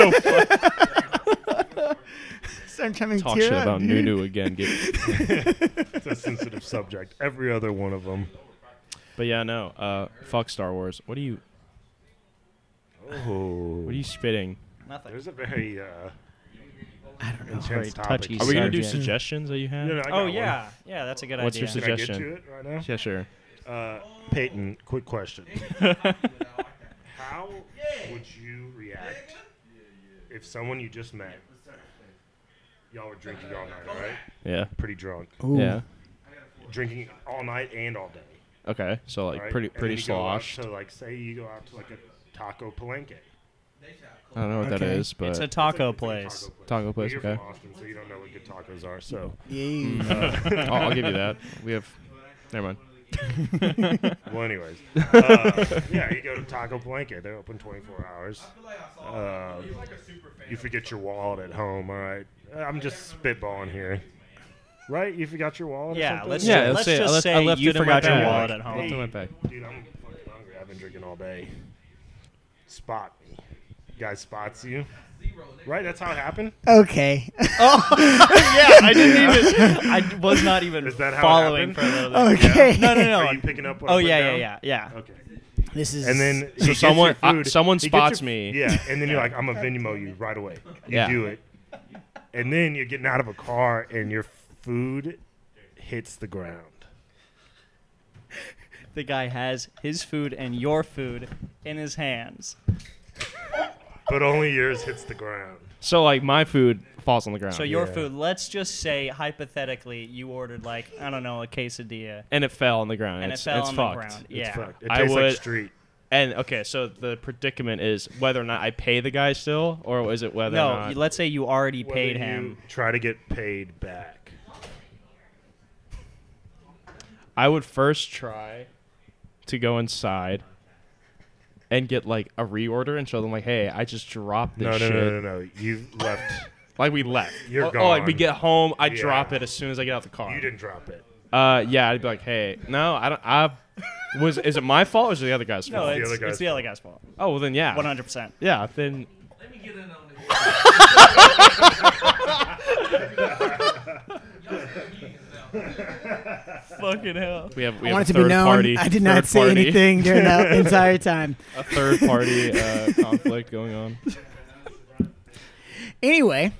D: Start coming
A: Talk
D: tear
A: shit
D: up,
A: about [LAUGHS]
D: dude.
A: Nunu again.
B: [LAUGHS]
A: Get,
C: It's a sensitive subject. Every other one of them.
A: but yeah, no. Uh, fuck Star Wars. What are you?
C: Oh.
A: What are you spitting?
B: Nothing.
C: There's a very. Uh, I don't know.
B: Very
C: Intense topic.
B: touchy
A: Are we gonna do
B: subject.
A: suggestions that you have?
C: No, no, I got
B: Oh
C: one.
B: yeah, yeah. That's a good
A: What's
B: idea.
A: your
C: Can I get
A: Suggestion.
C: to it right now?
A: Yeah, sure.
C: Uh, Peyton, quick question. How would you react if someone you just met, y'all were drinking all night, all right?
A: Yeah.
C: Pretty drunk,
D: Ooh.
A: Yeah.
C: drinking all night and all day.
A: Okay. So like
C: right?
A: pretty
C: And then
A: pretty
C: you go out
A: sloshed.
C: To like, say you go out to like a taco palenque.
A: I don't know what that
D: Okay.
A: is, but
B: it's a taco
C: It's like a
B: place.
A: Taco place,
C: You're
A: okay.
C: from Austin, so you don't know what good tacos are. So
D: Yeah.
A: [LAUGHS] I'll, I'll give you
B: [LAUGHS]
A: that. We have. Never mind.
C: Well, anyways, uh, yeah, you go to Taco Blanket. They're open 24 hours. Uh, you forget your wallet at home. All right, Uh, I'm just spitballing here. Right? You forgot your wallet. or
B: Yeah,
C: something?
B: let's
A: Yeah,
B: just,
A: let's
B: let's
A: say-
B: just
A: let's-
B: say
A: I left
B: you
A: it in my
B: forgot your
A: bag.
B: wallet at
A: I'll
B: home.
A: do it back.
C: Dude, I'm fucking hungry. I've been drinking all day. Spot me. Guy spots you. Right? That's how it happened.
D: Okay. Oh.
B: [LAUGHS] yeah, I didn't
A: [LAUGHS]
B: even. [LAUGHS] I was not even
C: Is that how it
B: following
C: happened?
B: for a little bit.
C: [LAUGHS]
D: okay.
B: No, no, no.
C: Are you picking up? What
B: oh
C: I put
B: yeah,
C: down?
B: yeah, yeah, yeah.
C: Okay.
D: This is.
C: And then he
A: So
C: gets
A: someone-
C: your
A: uh,
C: food.
A: someone
C: He gets your-
A: spots me.
C: Yeah, and then you're like, I'm a Venmo you right away. You
A: Yeah.
C: do it, and then you're getting out of a car and your food hits the ground.
B: The guy has his food and your food in his hands.
C: But only yours hits the ground.
A: So like my food falls on the ground.
B: So your
C: yeah.
B: food. Let's just say hypothetically, you ordered like I don't know a quesadilla,
A: and it fell on the ground.
B: and it
A: it's,
B: fell
A: it's
B: on
A: fucked.
B: the ground.
C: It's
B: Yeah.
C: fucked. It
A: I
C: tastes
A: would-
C: like street.
A: And okay, so the predicament is whether or not I pay the guy still, or is it whether or
B: No,
A: not
B: you- let's say you already paid
C: Whether
B: him.
C: you Try to get paid back.
A: I would first try to go inside and get like a reorder and show them like, hey, I just dropped this
C: No, no,
A: shit.
C: no, no, no. You left.
A: Like we left.
C: You're
A: oh, oh, like we
C: gone.
A: get home, I
C: Yeah.
A: drop it as soon as I get out the car.
C: You didn't drop it.
A: Uh, yeah, I'd be like, hey, no, I don't. I [LAUGHS] was. Is it my fault or is it the other guy's
B: No,
A: fault?
B: it's,
C: other
B: it's
C: guy's
B: the other guy's fault.
A: oh, well then, yeah.
B: One hundred percent.
A: Yeah, then.
B: Fucking hell.
A: We have, we
D: I
A: have
D: want
A: a
D: it to
A: third
D: be known.
A: party.
D: I did not
A: third
D: say
A: party-
D: anything during that entire time.
A: A third party uh, conflict going on. [LAUGHS]
D: Anyway,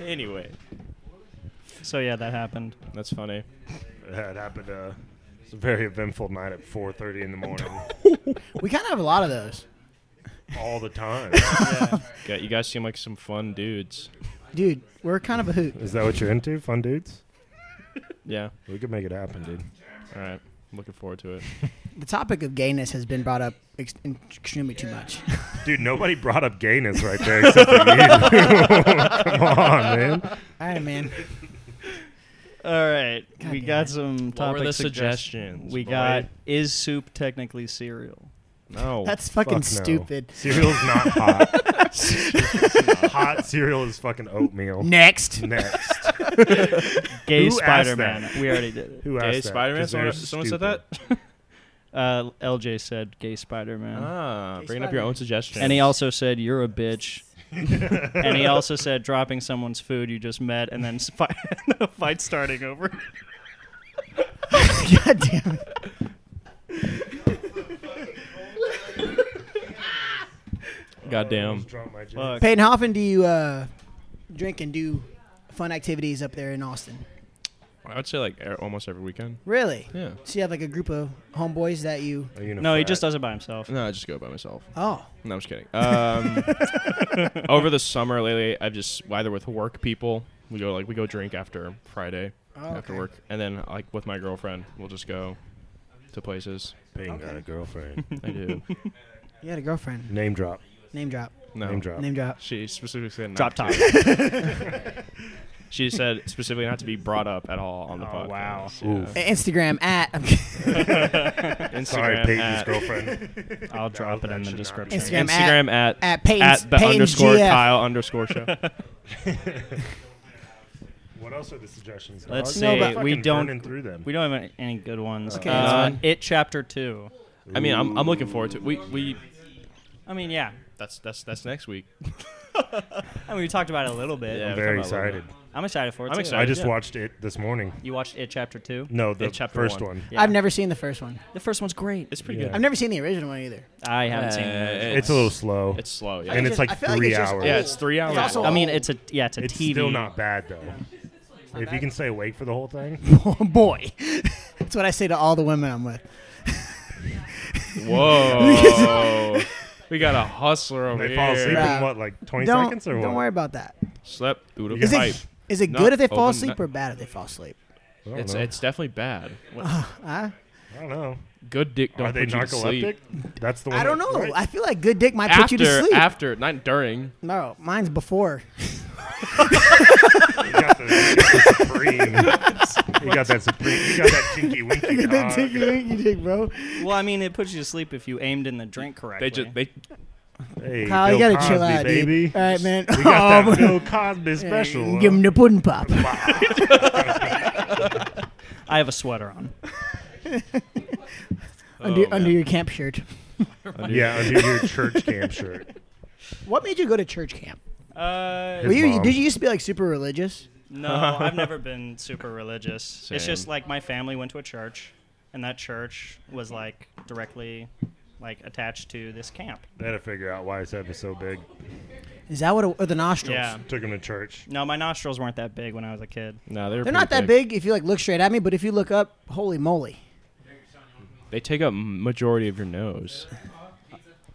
A: Anyway,
B: So yeah, that happened.
A: that's funny.
C: It happened. Uh, it's a very eventful night at 4:30 in
A: [LAUGHS]
C: the morning,
D: we kind of have a lot of those,
C: all the time.
A: Yeah, you guys seem like some fun dudes.
D: dude. We're kind of a hoot.
C: Is that what you're into, fun dudes?
A: Yeah.
C: We could make it happen, dude.
A: All right. I'm looking forward
C: [LAUGHS]
A: to it.
D: The topic of gayness has been brought up ex- extremely too much.
C: Dude, nobody brought up gayness right there except
A: [LAUGHS]
C: for you. [LAUGHS] Come on, man.
D: All right, man.
B: All right,
D: God
B: we
D: damn
B: got
D: it.
B: some
A: What
B: topic
A: were the
B: suggestions.
A: suggestions?
B: We
A: boy?
B: got is soup technically cereal?
A: Oh, no.
D: That's fucking
C: Fuck no.
D: stupid.
C: Cereal's not hot. hot cereal is fucking oatmeal.
D: [LAUGHS] Next.
C: Next.
B: Gay
C: Who asked
B: Spider Man.
C: that?
B: We already did it.
C: Who
A: gay
C: asked that?
A: Spider Man.
C: 'Cause they're
A: Someone, someone said
C: stupid.
A: that.
B: Uh, LJ said gay Spider Man,
A: Ah,
D: Gay
A: bringing up your
D: Spider-Man.
A: own suggestions.
B: and he also said you're a bitch. and he also said dropping someone's food you just met and then spi- [LAUGHS] the fight starting over.
D: [LAUGHS] God damn it.
C: I
A: Goddamn.
C: almost dropped my gin.
B: Fuck.
D: Peyton, how often do you uh, drink and do fun activities up there in Austin?
A: I would say like e- almost every weekend.
D: Really?
A: Yeah.
D: So you have like a group of homeboys that you.
C: Are you in a
B: No, he
C: frat?
B: just does it by himself.
A: No, I just go by myself.
D: Oh,
A: No, I'm just kidding. [LAUGHS] Um, over the summer lately, I've just either with work people, we go like we go drink after Friday
D: oh,
A: after work, and then like with my girlfriend, we'll just go to places.
C: Bing, got a girlfriend.
B: [LAUGHS]
A: I do.
D: you had a girlfriend.
C: Name drop.
D: Name drop.
A: No.
B: Oh.
C: Name drop.
D: Name drop.
A: She specifically said not
B: Drop
A: to.
B: top.
A: She said specifically not to be brought up at all on the
B: Oh,
A: podcast.
B: wow.
A: Yeah.
C: Oof.
D: Instagram at [LAUGHS]
A: Instagram
B: [LAUGHS]
C: Sorry, Peyton's
A: at,
C: girlfriend.
B: I'll drop it
C: that
B: in the
C: should not be
B: description.
D: said. Instagram at-
A: Instagram at
D: at Peyton's,
A: at the
D: Peyton
A: underscore
D: GF.
A: Kyle underscore show.
C: What else are the suggestions? dog?
B: Let's
D: No,
B: see.
D: but-
B: we
C: Fucking
B: don't.
C: burning through them.
B: We don't have any- any good ones.
D: Okay,
B: Uh,
D: that's fine.
B: it chapter two.
A: I mean, I'm, I'm looking forward to it. We we
B: I mean, yeah.
A: that's that's that's next week.
B: I mean, we talked about it a little bit.
A: Yeah.
C: I'm very
A: Talk about it a
C: excited.
A: little
B: I'm excited for it.
A: I'm
B: too.
A: excited.
C: I just
A: Yeah.
C: watched it this morning.
B: You watched it chapter two.
C: No, the
A: Yeah, chapter
C: first
A: one.
C: one.
B: Yeah.
D: I've never seen the first one.
B: The first one's great.
A: It's pretty
C: Yeah.
A: good.
D: I've never seen the original one either.
B: I haven't seen
A: Uh,
B: it.
C: It's a little slow.
A: It's slow. Yeah.
C: And it's
D: I just-
C: like
D: I feel
C: three
D: it's just
C: hours.
A: Yeah, it's
D: [LAUGHS]
A: three hours.
D: also
B: I mean,
D: old.
B: it's a yeah, it's a
C: it's
B: TV.
C: still not bad though. If you can stay awake for the whole thing,
D: boy. That's what I say to all the women I'm with.
A: Whoa. we got a hustler over
C: They
A: here.
C: fall asleep
D: Nah.
C: in what, like 20
D: Don't,
C: seconds or
D: don't
C: what?
D: worry about that.
A: Slept through the
D: Is
A: pipe.
D: it, is it
A: No,
D: good if they fall
A: open
D: asleep
A: that-
D: or bad if they fall asleep?
C: I don't
A: It's
C: know.
A: it's definitely bad. What-
D: Uh-huh. Huh?
C: I don't know.
A: good dick don't
C: Are they
A: put you to
C: narcoleptic?
A: sleep.
C: That's the one.
D: I don't
C: that-
D: know. [LAUGHS]
C: right?
D: I feel like good dick might put you to
A: After
D: sleep.
A: after not during.
D: no, mine's before. [LAUGHS]
C: You got the, you got the supreme. you got that supreme. You got that tinky
D: [LAUGHS]
C: winky.
D: Get that
C: dog.
D: tinky winky dick, bro.
B: Well, I mean, it puts you to sleep if you aimed in the drink correctly.
A: They just they
C: Hey,
D: Kyle,
C: Bill
D: you gotta
C: Cosby,
D: chill out,
C: baby.
D: dude. All right, man.
C: We got
D: Oh, [LAUGHS]
C: that Bill Cosby special. uh,
D: man. Give him the pudding [LAUGHS] pop.
B: I have a sweater on.
C: Oh,
D: under,
A: man.
D: under your camp shirt.
C: yeah, under
D: [LAUGHS]
C: your church camp shirt.
D: What made you go to church camp?
B: [LAUGHS] Uh,
D: Were you,
C: mom.
D: did you used to be like super religious?
B: no, I've never been super religious. It's just
A: Same.
B: like my family went to a church, and that church was like directly like attached to this camp.
C: They had to figure out why his head was so big.
D: Is that what? It, or the nostrils?
B: Yeah.
C: Took him to church.
B: No, my nostrils weren't that big when I was a kid.
A: no, they're
D: They're not that big if you like look straight at me, but if you look up, holy moly!
A: They take up majority of your nose.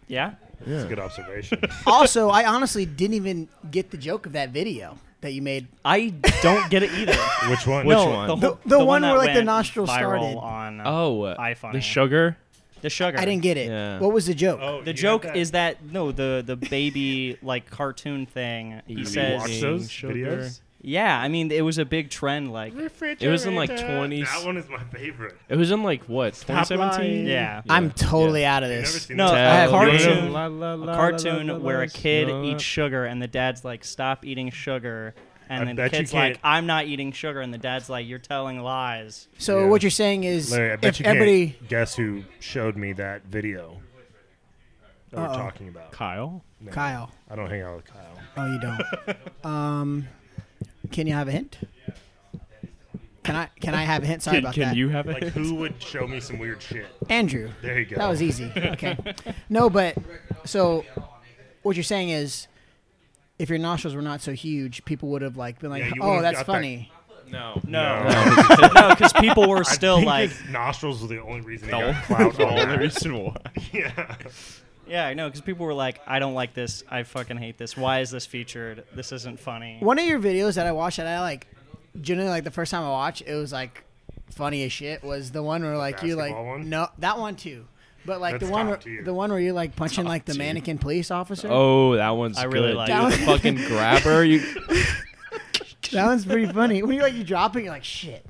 B: Yeah.
C: That's a good observation.
D: Also, I honestly didn't even get the joke of that video that you made.
B: I don't get it either.
C: Which one?
A: [LAUGHS] Which
B: no,
A: one?
B: The,
A: The-
B: whole,
D: the one
B: that
D: where, like, the
B: went
D: nostril
B: viral
D: started.
B: on
A: Oh, uh,
B: iPhone.
A: the sugar.
B: the sugar.
D: I didn't get it.
A: Yeah.
D: What was the joke?
C: Oh,
B: The
C: you got
B: joke
C: that?
B: is that no, the the baby like cartoon thing. He
A: Eating
C: watch
B: says,
C: those?
A: sugar.
C: videos?
B: yeah. I mean, it was a big trend. Like,
A: It was in like twenty.
C: That one is my favorite.
A: It was in like what? Twenty seventeen.
B: yeah,
D: I'm totally out of
C: Never
D: this.
C: seen
B: No,
C: that.
B: Uh, I have
A: Tell me.
B: cartoon-
A: La, la, la,
B: a
A: la,
B: cartoon
A: la, la, la,
B: where a kid
A: la, la.
B: eats sugar and the dad's like, "Stop eating sugar," and
C: I
B: then the
C: bet you
B: kid's like,
C: can't-
B: "I'm not eating sugar," and the dad's like, "You're telling lies."
D: So
C: Yeah.
D: what you're saying is,
C: Larry, I bet
D: if
C: you
D: everybody,
C: can't guess who showed me that video that we're
D: Uh-oh.
C: talking about.
A: Kyle.
C: No,
D: Kyle,
C: I don't hang out with Kyle.
D: oh, you don't. um, can you have a hint? Can I? Can I have a hint? Sorry
A: Can,
D: about
A: can
D: that.
A: you have
C: Like,
A: it?
C: who would show me some weird shit?
D: Andrew.
C: There you go.
D: That
C: [LAUGHS]
D: was easy. Okay. no, but so what you're saying is, if your nostrils were not so huge, people would have like been like,
C: Yeah, you
D: "Oh,
C: would've
D: that's
C: got that-
D: funny."
A: no.
B: [LAUGHS] No,
C: No.
B: [LAUGHS] no, because people were still
C: think
B: like,
C: his nostrils were the only reason he [LAUGHS]
A: No. [LAUGHS]
C: got clout
A: The
C: on
A: only
C: that.
A: reason why.
C: Yeah.
B: yeah, no, because people were like, "I don't like this. I fucking hate this. Why is this featured? This isn't funny."
D: One of your videos that I watched that I like, generally like the first time I watched, it was like funny as shit. Was the one where like you like
C: basketball one?
D: no that one too, but like
C: That's
D: the one
C: top
D: where,
C: tier.
D: the one where you like punching like the mannequin police officer.
A: Oh, that one's
B: I really
A: good.
B: like
A: Dude,
D: that
A: the
D: one.
A: fucking grabber.
C: [LAUGHS]
A: You
D: That one's pretty funny. When you like you drop it, you're like shit.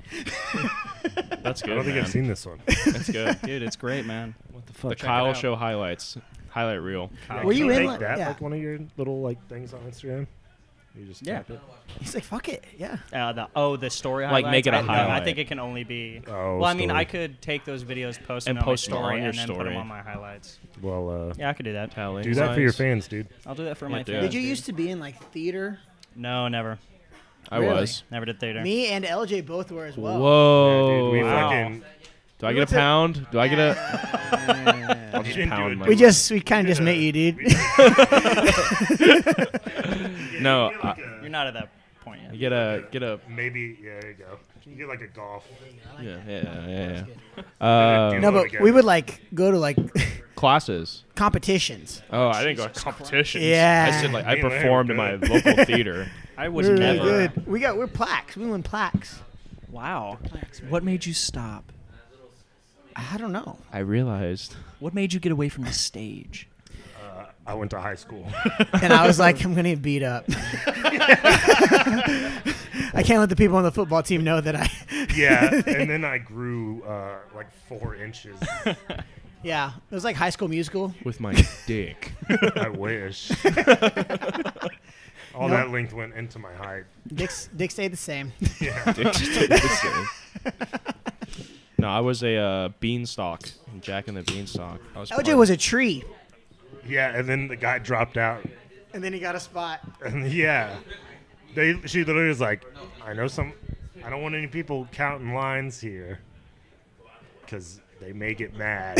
A: That's good.
C: I don't think
A: man.
C: I've seen this one.
A: That's good.
B: Dude, it's great, man.
A: The
B: Check it
A: Kyle
B: out.
A: show highlights. Highlight reel.
C: Yeah,
D: Were
C: can
D: you in
C: make
D: like-
C: that
D: yeah.
C: like one of your little like things on Instagram? You just
B: Yeah.
C: type it.
D: He's like fuck it, yeah.
B: Uh, the oh, the story
A: Like,
B: highlights?
A: make it a
B: I, no,
A: highlight.
B: I think it can only be.
C: Oh,
B: well, I mean,
C: story.
B: I could take those videos, post
A: And
B: them on my
A: post them on
B: story,
A: your
B: and then put
A: story.
B: them on my highlights.
C: Well, uh,
B: Yeah, I could do that.
A: Tally.
C: do that for your fans, dude.
B: I'll do that for my
A: do it.
B: fans.
D: Did you
B: dude.
D: used to be in like theater?
B: No, never,
A: I
D: Really?
A: was.
B: never did theater.
D: Me and LJ both were as well.
A: Whoa.
C: dude, we
B: wow.
C: fucking
A: Do I get a pound? Do I get
C: [LAUGHS]
A: a? I'll just
C: You didn't do
A: pound
C: it.
A: my.
D: We just we kind of just met you,
C: we
D: dude.
C: did
A: no.
C: like
A: I,
B: You're
C: a,
B: not at that point
A: I
B: yet.
A: get a get a.
C: maybe yeah, there you go. You get like a golf.
A: Yeah, yeah, yeah. yeah.
C: Do
A: Uh,
D: No,
C: one
D: but
C: together.
D: we would like go to like [LAUGHS]
A: classes.
D: competitions.
A: Oh, I didn't go to competitions.
D: Yeah.
A: I said like I
C: Me and Larry were
A: performed in my
C: good.
A: local
C: [LAUGHS]
A: theater.
B: I was
D: Really
B: never.
D: good. We got we're plaques. We won plaques.
B: Wow. What made you stop?
D: I don't know.
A: I realized
B: What made you get away from the stage?
C: I went to high school.
D: And I was like, I'm gonna get beat up. I can't let the people on the football team know that I.
C: yeah, and then I grew uh, like four inches.
D: [LAUGHS] Yeah, it was like High School Musical.
A: with my
C: [LAUGHS]
A: dick.
D: [LAUGHS]
C: I wish. All that length went into my height.
D: Dick, s- Dick stayed the same.
A: Dick stayed the same. No, I was a uh, beanstalk. in Jack and the beanstalk. I was
D: LJ was a tree,
C: Yeah, and then the guy dropped out.
D: and then he got a spot.
C: And [LAUGHS] yeah, they she literally was like, I know some. I don't want any people counting lines here, because they may get
D: [LAUGHS]
C: mad.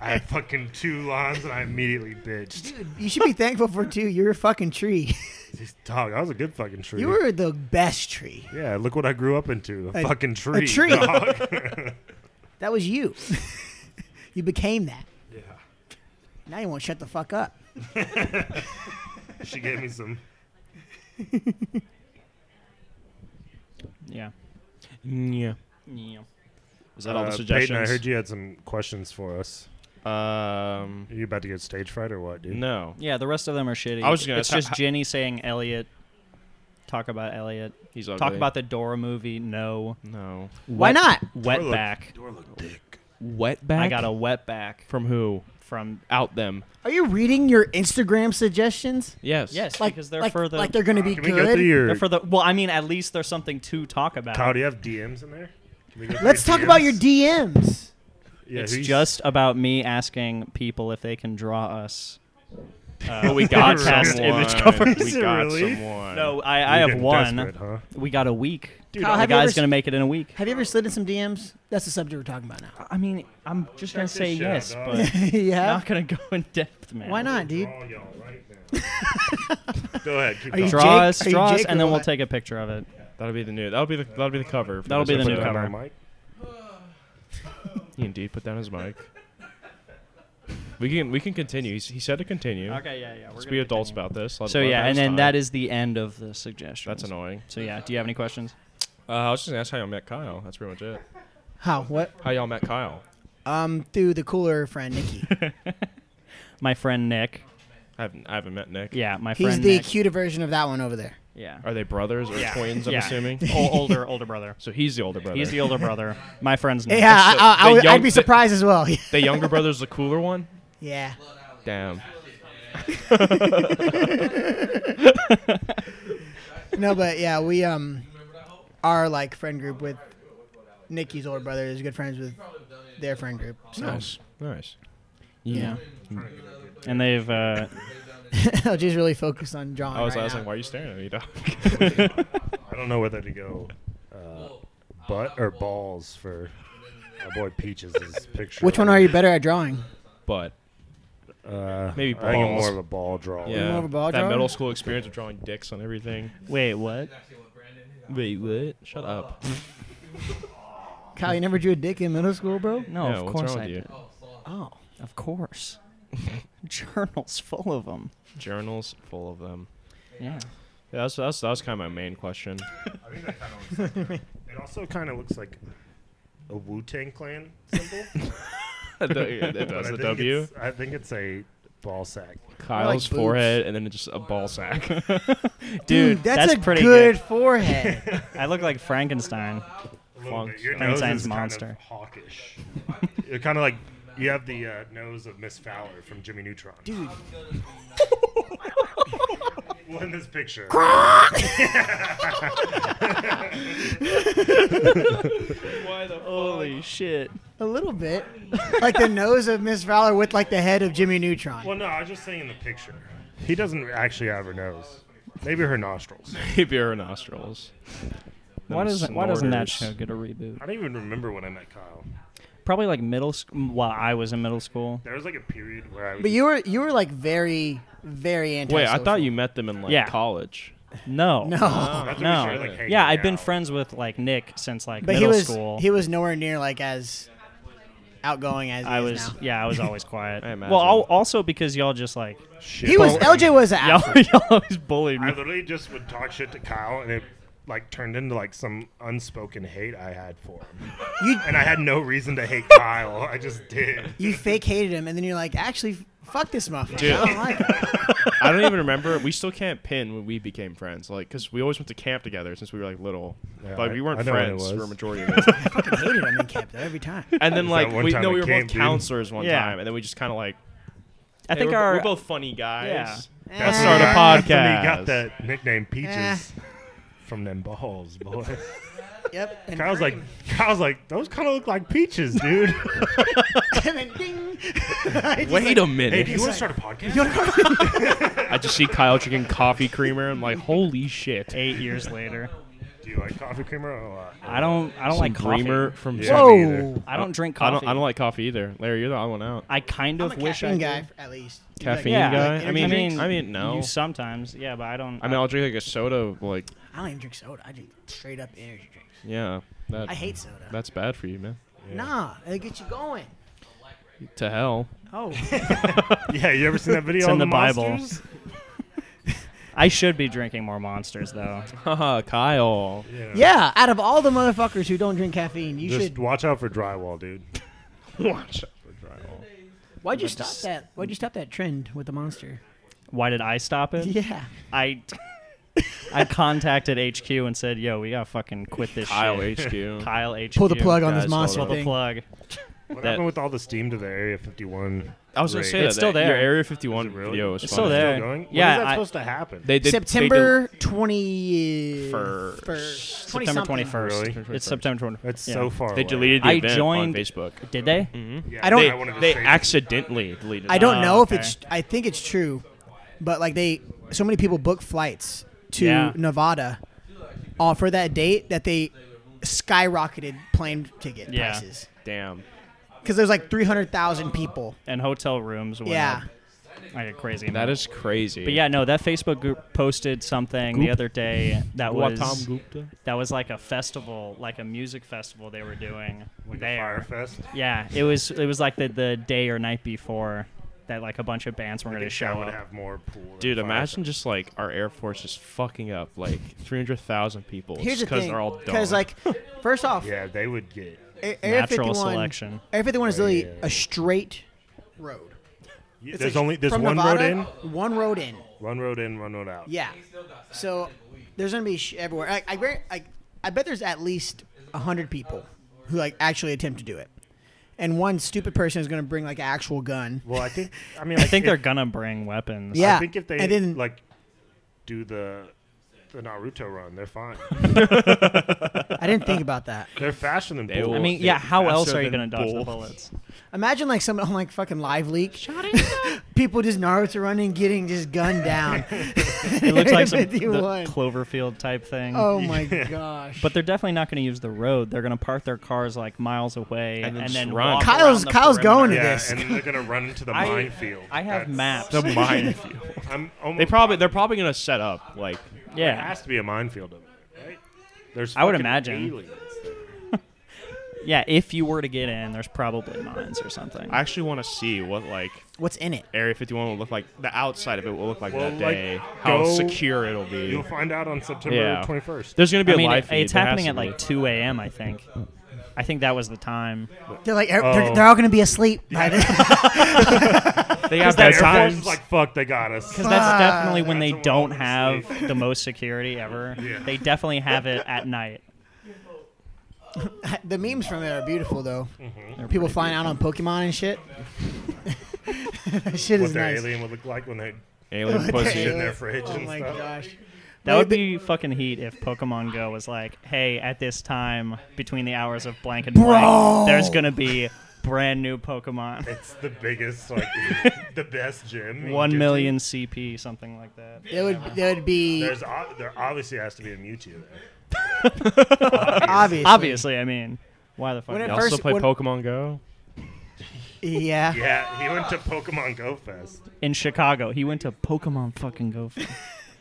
C: I had fucking two lines and I immediately bitched.
D: You should be thankful for two. You're a fucking [LAUGHS] tree.
C: Dog, I was a good fucking tree.
D: You were the best tree.
C: yeah, look what I grew up into. A,
D: A-
C: fucking tree.
D: [LAUGHS] tree.
C: dog.
D: [LAUGHS] That was you. you became that. Now you won't shut the fuck up.
C: She gave me some.
B: Yeah.
A: Yeah.
B: Yeah.
A: Is that all
C: Uh,
A: the
C: Peyton, I
A: suggestions?
C: heard you had some questions for us.
A: Um,
C: Are you about to get stage fright or what, dude?
A: no.
B: Yeah, the rest of them are shitty.
A: I was just gonna
B: It's
A: ask,
B: just
A: how-
B: Jenny saying Elliot. Talk about Elliot.
A: He's
C: Oh,
A: ugly.
B: Talk about the Dora movie. No.
A: No.
D: Why
B: Wet-
D: not?
B: Wet back.
A: Wetback?
B: I got a wet back
A: From who?
B: from.
A: Out them.
D: Are you reading your Instagram suggestions?
A: Yes.
B: Yes,
D: Like,
B: because they're
D: like,
B: for the.
D: like they're gonna be
C: Can we go
D: good.
C: through your
B: they're for the. Well, I mean, at least there's something to talk about.
C: Kyle, do you have DMs in there? Can we go through
D: Let's talk about your
C: DMs?
D: DMs.
C: Yeah,
B: it's
C: who's-
B: just about me asking people if they can draw us.
A: But Oh, [LAUGHS] we got
B: Podcast
A: someone.
B: image
A: [LAUGHS]
B: covers.
A: We
C: Is it
A: got
C: really?
A: someone.
B: No,
C: Uh, you're
B: I, I have
C: getting
B: one.
C: desperate, Huh?
B: We got a week.
D: Dude, Kyle,
B: the
D: have you
B: guy's
D: ever
B: gonna
D: s-
B: make it in a week.
D: Have you ever slid in some DMs? That's the subject we're talking about now. [LAUGHS]
B: I mean, I'm just gonna
C: this
B: say
C: shit out,
B: yes,
C: dog.
B: but
D: yeah.
B: not gonna go [LAUGHS] in depth, man.
D: Why not, dude?
C: Draw y'all right now.
D: [LAUGHS]
C: Go ahead. Keep
D: Are you
C: talking.
B: Draw
D: Jake-
B: us,
D: are you
B: draw us,
D: Jake
B: and
D: or
B: then we'll
D: what?
B: take a picture of it.
A: That'll be the new. That'll be the. That'll be the cover. for
B: That'll
A: this
B: be the new
A: episode.
B: cover.
C: Put down my mic.
A: He indeed put down his mic. we can. We can continue. He's, he said to continue.
B: Okay, yeah, yeah. We're
A: Let's be adults about this. Let-
B: So
A: let
B: yeah,
A: him have
B: and then
A: his
B: that
A: time.
B: is the end of the suggestion.
A: That's annoying.
B: So yeah, do you have any questions?
A: Uh, I was just gonna ask how y'all met Kyle. That's pretty much it.
D: How? What?
A: How y'all met Kyle?
D: Um, through the cooler [LAUGHS] friend Nikki.
B: My friend Nick.
A: I haven't. I haven't met Nick.
B: Yeah, my
D: He's
B: friend
D: the
B: Nick.
D: cuter version of that one over there. [LAUGHS]
B: yeah.
A: Are they brothers or
B: Yeah.
A: twins? I'm
B: Yeah. [LAUGHS]
A: assuming.
B: O- older, older brother.
A: So he's the older brother.
B: He's the older brother. My friend's Nick.
D: Yeah, I, I, I,
A: the
D: would-
A: young-
D: I'd be
A: the-
D: surprised as well. [LAUGHS]
A: the
B: [LAUGHS]
A: younger brother's the cooler one.
D: yeah.
A: Damn.
D: No, but yeah, we um, our like friend group with Nikki's older brother is good friends with their friend group. So.
A: Nice. Nice.
B: Yeah. And they've uh,
D: [LAUGHS] LG's really focused on John.
A: I was, I
D: right
A: was
D: now.
A: like, why are you staring at me, dog? [LAUGHS]
C: I don't know whether to go uh, butt or balls for my boy Peaches' picture.
D: Which one are you better at drawing?
A: But
C: Uh,
A: Maybe
C: I think I'm
A: balls.
C: more of a ball draw.
A: yeah,
D: over ball
A: that
D: drawing?
A: middle school experience of drawing dicks on everything.
B: wait, what?
A: Wait, what? Shut up.
D: Kyle, you never drew a dick in middle school, bro?
B: No,
A: Yeah,
B: of
A: what's
B: course
A: wrong
B: I
A: with you?
B: did.
D: Oh.
B: Of course. [LAUGHS] Journals full of them.
A: Journals full of them.
B: Yeah.
A: Yeah, that's that's that was kind of my main question.
D: [LAUGHS]
C: It also kind of looks like a Wu Tang Clan symbol.
A: [LAUGHS] it [LAUGHS] does
C: but I
A: the
C: think
A: W.
C: it's- I think it's a ball sack.
A: Kyle's
D: boobs.
A: forehead, and then just a ball sack. [LAUGHS]
B: Dude,
D: Dude, that's,
B: that's
D: a
B: pretty
D: good,
B: good.
D: forehead.
B: I look like Frankenstein.
C: A little bit. Your nose
B: Frankenstein's
C: is kind
B: monster.
C: of hawkish. You're kind of like you have the uh, nose of Miss Fowler from Jimmy Neutron.
D: Dude,
C: [LAUGHS] Well, in this picture.
B: Holy shit.
D: a little bit. [LAUGHS] Like the nose of Miss Fowler with like the head of Jimmy Neutron.
C: Well, no, I was just saying in the picture. He doesn't actually have her nose. Maybe her nostrils.
A: Maybe her nostrils.
B: Why
A: Them
B: doesn't Why doesn't that show
A: snorters.
B: get a reboot?
C: I don't even remember when I met Kyle.
B: Probably like middle school. While I was in middle school.
C: There was like a period where I was.
D: But you were you were like very very anti.
A: Wait, I thought you met them in like
B: Yeah. [LAUGHS]
A: college. [LAUGHS]
B: No.
D: [LAUGHS] No,
C: that's when we
B: No.
C: started, like, hanging
B: yeah, I've been
C: out.
B: friends with like Nick since like
D: but he
B: middle
D: was
B: school.
D: he was nowhere near like as outgoing as he
B: I
D: is
B: was
D: now.
B: yeah, I was
D: [LAUGHS]
B: always quiet.
A: I
B: well, al-
A: imagine.
B: also because y'all just like [LAUGHS]
C: Shit.
D: He was
C: Well,
D: LJ was an
B: y'all,
D: alpha.
B: y'all always bullied
C: I
B: me.
C: literally just would talk shit to Kyle, and it like turned into like some unspoken hate I had for him.
D: You Eh.
C: And I had no reason to
D: [LAUGHS]
C: hate Kyle. I just did.
D: you fake hated him, and then you're like, actually, fuck this motherfucker.
A: Dude.
D: I don't like him.
A: I don't even remember. We still can't pin when we became friends, like because we always went to camp together since we were like little.
C: Yeah,
A: but
C: I-
A: we
C: I
A: weren't
C: know when it
A: friends for a
C: was.
A: majority
C: [LAUGHS]
A: of it.
D: fucking hated him in camp though every time.
A: And then
C: That
A: like
C: one
A: we
C: time
A: no,
C: at
A: we were
C: camp,
A: both
C: dude.
A: counselors one
B: Yeah.
A: time, and then we just kind of like
B: I think
A: we're,
B: our
A: we're both funny guys.
B: Yeah.
A: Let's start a
C: Yeah,
A: podcast.
C: That's when he got that nickname Peaches
D: Eh.
C: from them balls, boy.
D: Yep. And
C: Kyle's like, Kyle's like, those kind of look like peaches,
D: [LAUGHS]
C: dude.
D: and then ding. [LAUGHS] It's
A: Wait
D: like,
A: a
C: hey,
A: minute!
C: do you want to start a podcast?
A: I just see Kyle drinking coffee creamer. I'm like, holy shit!
B: eight years later.
C: Do you like coffee creamer or what?
D: [LAUGHS]
B: I don't I don't like coffee.
A: Dreamer from
C: Yeah.
A: Sun-
C: Me either.
D: Whoa.
B: I don't drink
A: I
B: coffee.
A: don't. I don't like coffee either. Larry, you're the odd one out.
B: I kind
D: I'm
B: of
D: a
B: wish I
D: caffeine
B: did.
D: guy at least. You like-
A: Caffeine
B: Yeah,
A: guy.
D: like
A: I mean,
D: energy
A: I mean,
D: drinks?
A: no.
B: You sometimes, yeah, but I don't.
A: I mean, I'll drink like a soda. Like,
D: I don't even drink soda. I drink straight up energy drinks.
A: yeah, that,
D: I hate soda.
A: that's bad for you, man.
D: Nah, it gets you going.
A: to hell. [LAUGHS]
D: Oh,
C: Yeah, you ever seen that video?
B: It's
C: on
B: in the Bible.
C: monsters?
B: I should be drinking more monsters though.
A: Haha, Kyle.
D: [LAUGHS] yeah. Out of all the motherfuckers who don't drink caffeine, you
C: Just
D: should.
C: watch out for drywall,
D: [LAUGHS]
C: dude.
A: Watch.
D: Why'd you stop that? Why'd you stop that trend with the monster?
B: Why did I stop it?
D: [LAUGHS] Yeah.
B: I I contacted HQ and said, "Yo, we gotta fucking quit this
A: Kyle
B: shit."
C: [LAUGHS]
A: HQ.
B: Kyle HQ.
D: Pull the plug on
A: guys,
D: this
A: hold
D: monster
B: Pull the
D: thing.
B: plug.
C: What
A: That-
C: happened with all the steam to the Area 51?
A: I was gonna
C: Great.
A: say that,
B: It's still
A: that
B: there.
A: Your Area 51
C: Is it really?
A: video is
B: It's still
A: funny.
B: there.
C: Still going?
B: Yeah,
C: when is that
B: I-
C: supposed to happen?
A: They did
D: September twenty
A: First.
B: September twenty first.
C: Really?
B: It's September twenty first.
C: That's so far.
A: They, do, they
C: away.
A: deleted the
B: I
A: event
B: joined-
A: on Facebook.
B: Did they?
C: Yeah,
D: I don't-
A: They,
C: wanted to
A: they
C: say-
A: accidentally deleted.
D: I don't
B: Oh,
D: know
B: okay.
D: if it's. I think it's true, but like they, so many people book flights to
B: Yeah.
D: Nevada, all for that date that they skyrocketed plane ticket
B: Yeah.
D: prices
A: it. Damn.
D: because there's like three hundred thousand people.
B: And hotel rooms. Went
D: Yeah.
B: up like a crazy.
A: That is crazy.
B: But yeah, no, that Facebook group posted something the
A: Goop?
B: other day that was
A: Gautam Gupta.
B: that was like a festival, like a music festival they were doing
C: Like a
B: there.
C: fire fest.
B: Yeah, it was it was like the the day or night before that like a bunch of bands were going to
C: Wish
B: show
C: I would
B: up.
C: have more pool. than
A: Dude,
C: fire
A: imagine just like our Air Force is fucking up like 300,000 people
D: Here's the
A: because
D: thing,
A: they're all dumb.
D: because like, first off,
C: fest. Yeah, they would get.
D: A- Area
B: Natural
D: 51,
B: selection.
D: Area 51 is literally
C: Yeah.
D: a straight road. It's
C: there's
D: like
C: only there's
D: from
C: one
D: Nevada,
C: road
D: One road in.
C: in, one road in, one road out.
D: Yeah. So there's gonna be sh- everywhere. I, I, guar- I, I bet there's at least hundred people who like actually attempt to do it, and one stupid person is gonna bring like an actual gun.
C: Well, I think. I mean,
B: I think they're
C: if,
B: gonna bring weapons.
D: Yeah.
C: I think if they
D: and then-
C: like do the the Naruto run, they're fine.
D: I didn't think about that.
C: they're faster than
A: They
C: bulls.
A: will-
B: I mean,
A: Bullets
B: yeah.
A: hit
B: How else
A: faster
B: are you gonna
A: than
B: dodge the
A: bullets. [LAUGHS]
B: bullets?
D: Imagine like someone on like fucking live leak. [LAUGHS] people just Naruto running, getting just gunned down. [LAUGHS]
B: It looks like
A: [LAUGHS]
B: some the
D: 51.
B: Cloverfield type thing.
D: oh my gosh.
B: But they're definitely not going to use the road. They're going to park their cars like miles away
A: And
B: and,
A: then just
B: then
A: run.
B: walk
D: Kyle's-
B: around the
D: Kyle's
B: perimeter.
D: going to
C: Yeah,
D: this.
C: and then they're gonna run into the
B: I-
C: minefield.
B: I have
C: That's-
B: maps.
A: the
D: [LAUGHS]
A: minefield.
C: I'm almost
A: they probably they're probably gonna set up like
C: It
B: Yeah,
C: has to be a minefield over there, right? There's
B: I would
C: fucking
B: imagine.
C: aliens.
B: [LAUGHS] yeah. If you were to get in, there's probably mines or something.
A: I actually want to see what like
D: What's in it?
A: Area 51 will look like. The outside of it will look like
C: Well,
A: that
C: like,
A: day. how
C: go-
A: secure it'll be.
C: You'll find out on September
A: Yeah.
C: 21st.
A: There's gonna be
B: I
A: a
B: mean,
A: live
B: it-
A: feed.
B: it's
A: There has
B: happening
A: to
B: at
A: be.
B: like 2 a.m. I think. I think that was the time.
D: They're like er- they're,
C: Oh.
D: they're all gonna be asleep by
A: [LAUGHS]
D: then.
A: they have
C: The
A: that
C: Air Force
A: time.
C: is like, fuck, they got us.
B: Because that's definitely when they
C: That's a
B: don't
C: lot of
B: have
C: sleep.
B: the most security
A: [LAUGHS]
B: ever. They definitely have it at night.
D: [LAUGHS] the memes from it are beautiful though.
C: Mm-hmm.
D: People flying out on Pokemon and shit. [LAUGHS] that shit
C: what
D: is
C: the
D: nice.
C: alien would look like when they
D: [LAUGHS]
A: alien
C: push it in
A: pussy.
C: their fridge
D: Oh
C: and
D: my
C: stuff.
D: gosh.
B: That would
D: Wait,
B: be fucking heat if Pokemon Go was like, hey, at this time, between the hours of blank and
D: Bro.
B: blank, there's going to be brand new Pokemon.
C: It's the biggest, like,
D: [LAUGHS]
C: the best gym. you
B: [LAUGHS]
C: can
B: One
C: get
B: million CP, something like that.
D: but It would it would be
C: to. There's o- there obviously has to be a Mewtwo there.
D: obvious.
B: Obviously, I mean, why the fuck?
D: When it
B: not?
A: You
D: first-
A: also play
D: when-
A: Pokemon Go.
D: [LAUGHS] Yeah.
C: Yeah, he went to Pokemon Go Fest.
B: In Chicago, he went to Pokemon fucking Go. Fest.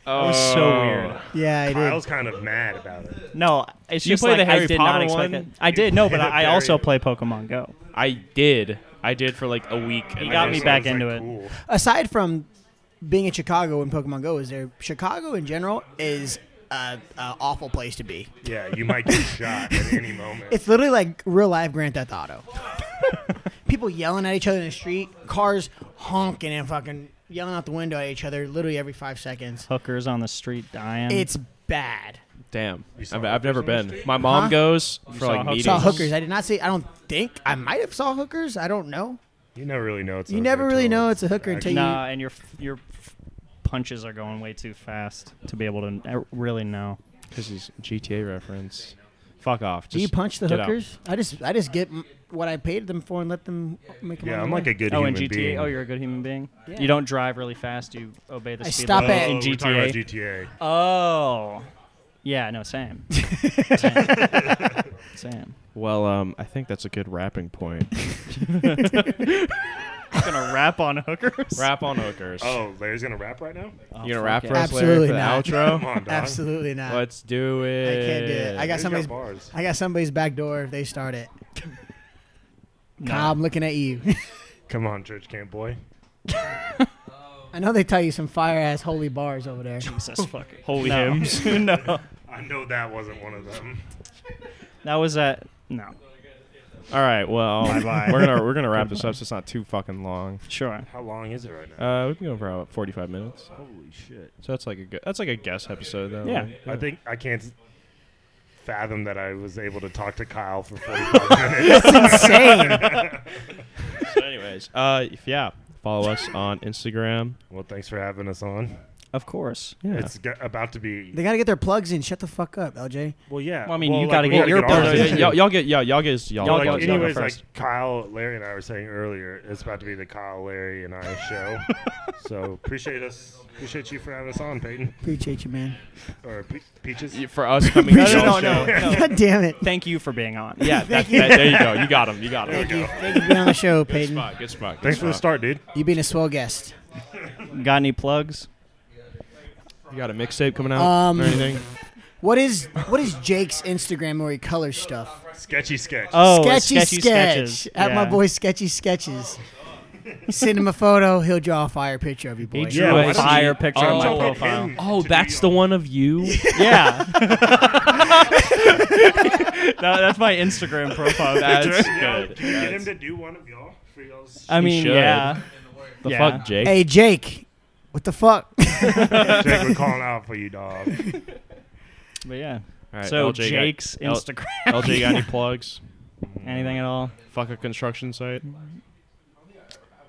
A: Oh.
B: It was so weird.
D: Yeah, I
C: I
D: did.
C: was kind of mad about it.
B: No, it's
A: You
B: just
A: play
B: like
A: the Harry
B: I did
A: Potter
B: not expect
A: one?
B: it. I did no, but
C: did
B: I, I
C: very-
B: also play Pokemon Go.
A: I did. I did for like a week. and
B: got
A: I
B: me
A: was-
B: back
C: It was,
B: into it.
C: cool.
D: Aside from being in Chicago and Pokemon Go is there, Chicago in general is a, a awful place to be.
C: Yeah, you might get
D: [LAUGHS]
C: shot at any moment.
D: It's literally like real life Grand
B: [LAUGHS]
D: Theft Auto. People yelling at each other in the street, cars honking and fucking yelling out the window at each other literally every five seconds.
B: Hookers on the street dying.
D: It's bad.
A: Damn.
C: saw
A: I've, I've
C: hookers
A: never
C: on the
A: been.
C: street?
A: My mom
D: Huh?
A: goes for
B: saw
A: like
B: hookers?
A: meetings.
D: Saw hookers. I did not see. I don't think I might have saw hookers. I don't know.
C: You never really know. It's
D: You
C: a
D: never really
C: virtual
D: know it's a hooker until
B: no,
D: you.
B: and your f- your f- punches are going way too fast to be able to n- really know.
A: Because he's GTA reference. Fuck off.
D: Do you
A: Just
D: punch the
A: get out.
D: hookers? I just I just get m- what I paid them for and let them make.
C: Yeah, I'm like a good
B: oh, in
C: human
B: GTA.
C: being.
B: Oh, you're a good human being.
D: Yeah.
B: You don't drive really fast. You obey the
D: I
B: speed
D: stop
B: limit
D: at-
C: oh,
B: in
C: We're talking
B: GTA.
C: about GTA.
B: Oh, yeah. No,
D: [LAUGHS]
B: same. same. same.
A: Well, um, I think that's a good wrapping point. [LAUGHS]
B: Gonna rap on hookers.
A: Rap on hookers.
C: Oh, Larry's gonna rap right now.
B: Oh,
A: you gonna
B: fuck
A: rap
B: it.
A: for us
D: Absolutely
A: Larry, for the
C: [LAUGHS] Come
D: not.
A: outro?
C: on, dog.
D: Absolutely not.
A: Let's do
D: I
A: it.
D: can't do it. I got
C: Larry's
D: somebody's.
C: bars.
A: [LAUGHS]
D: I got somebody's back door if they start it.
B: No.
D: Kyle, I'm looking at you. [LAUGHS]
C: Come on, church camp boy.
D: I know they tell you some fire ass holy bars over
A: [LAUGHS]
D: there.
B: Jesus fucking.
A: Holy
B: no.
A: hymns.
B: no.
C: I know that wasn't one of them.
B: [LAUGHS] That was at. No.
A: All right. Well,
C: Bye-bye.
A: [LAUGHS] we're gonna we're gonna wrap this up. so It's not too fucking long.
B: Sure.
C: How long is it right now?
A: Uh, we can go for about forty-five minutes.
C: Holy shit.
A: So that's like a gu- that's like a guest episode though.
B: Yeah.
C: I think I can't fathom that I was able to talk to Kyle for [LAUGHS] 45 minutes.
A: So anyways, uh, if, yeah, follow
B: [LAUGHS]
A: us on Instagram.
C: Well, thanks for having us on.
B: Of course.
A: Yeah.
C: It's g- about to be.
D: They gotta get their plugs in. Shut the fuck up, LJ.
C: Well, yeah.
B: Well, I mean, you
C: like,
B: gotta
C: we
B: get your
C: ours
B: part
A: No,
B: of
A: no,
B: it.
C: in.
A: yeah, y'all, y'all get y'all y'all get y'all,
B: Y'all
A: y'all,
B: go-
C: like,
B: y'all go
C: anyways,
B: first.
C: like Kyle, Larry, and I were saying earlier, it's about to be the Kyle, Larry, and I
B: [LAUGHS]
C: show. so appreciate us. Appreciate you for having us on, Peyton.
D: Appreciate you, man.
C: Or Pe- Peaches.
A: for us
D: [LAUGHS]
A: coming.
B: No,
A: to
B: no, no,
A: y'all's
B: no,
A: show.
B: no.
D: God damn it.
B: Thank you for being on.
A: Yeah, that, that, there you go. You got him. You got him.
D: Thank you. Thank you for being on the show,
A: Good
D: Peyton.
A: spot. Good spot. Good
C: Thanks for the
A: spot.
C: start, dude.
D: You being a swell guest.
B: [LAUGHS] Got any plugs?
A: You got a mixtape coming out
D: Um,
A: or anything?
D: What is what is Jake's Instagram where he colors stuff?
C: Sketchy sketch.
B: Oh,
D: sketchy, sketch
B: sketches.
D: at my
B: Yeah.
D: boy Sketchy Sketches. Send him a photo. He'll draw a fire picture of you, boy.
B: drew
C: Yeah,
B: a
C: why don't
B: fire
A: you-
B: picture on
A: Oh.
B: my
A: Don't
C: get
B: profile.
D: [LAUGHS]
C: him to do your-
A: one of you.
B: Yeah. [LAUGHS] That- that's my Instagram profile
A: That's
B: picture.
A: good.
C: Can you get him
A: That's-
C: to do one of y'all for [LAUGHS] y'all's
B: I mean,
A: should.
B: yeah.
A: The
B: Yeah.
A: fuck, Jake.
D: Hey, Jake. What the fuck? [LAUGHS]
C: Jake, we're calling out for you, dog.
B: But yeah.
A: All right,
B: so
A: LJ got-
B: Jake's
A: L-
B: Instagram.
A: LJ got any plugs?
B: [LAUGHS] Anything at all?
A: Fuck a construction site.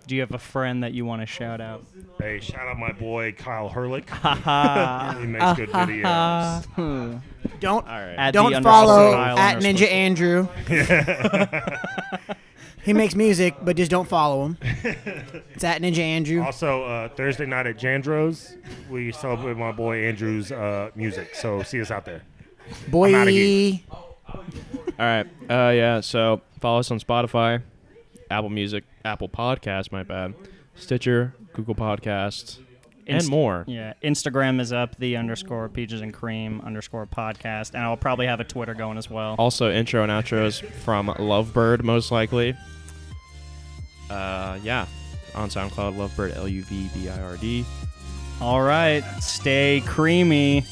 B: Do you have a friend that you want to shout out? [LAUGHS]
C: Hey, shout out my boy Kyle
A: [LAUGHS]
C: Herlick.
B: Haha.
C: He makes [LAUGHS] good videos.
B: Hmm.
D: Don't
A: All right.
B: At the
D: don't
B: underscore
D: follow
B: Kyle
D: at
B: underscore
D: Ninja Andrew. he makes music, but just don't follow him. It's at Ninja Andrew.
C: Also, uh, Thursday night at Jandro's, we celebrate my boy Andrew's uh, music. So see us out there.
D: Boy,
C: I'm outta here.
A: All right. Uh, yeah. So follow us on Spotify, Apple Music, Apple Podcast. My bad. Stitcher, Google Podcasts, and
B: Inst-
A: more.
B: Yeah, Instagram is up the underscore peaches and cream underscore podcast, and I'll probably have a Twitter going as well.
A: Also, intro and outros from Lovebird, most likely. Uh, yeah. On SoundCloud, Lovebird, L U V B I R D.
B: All right, stay creamy.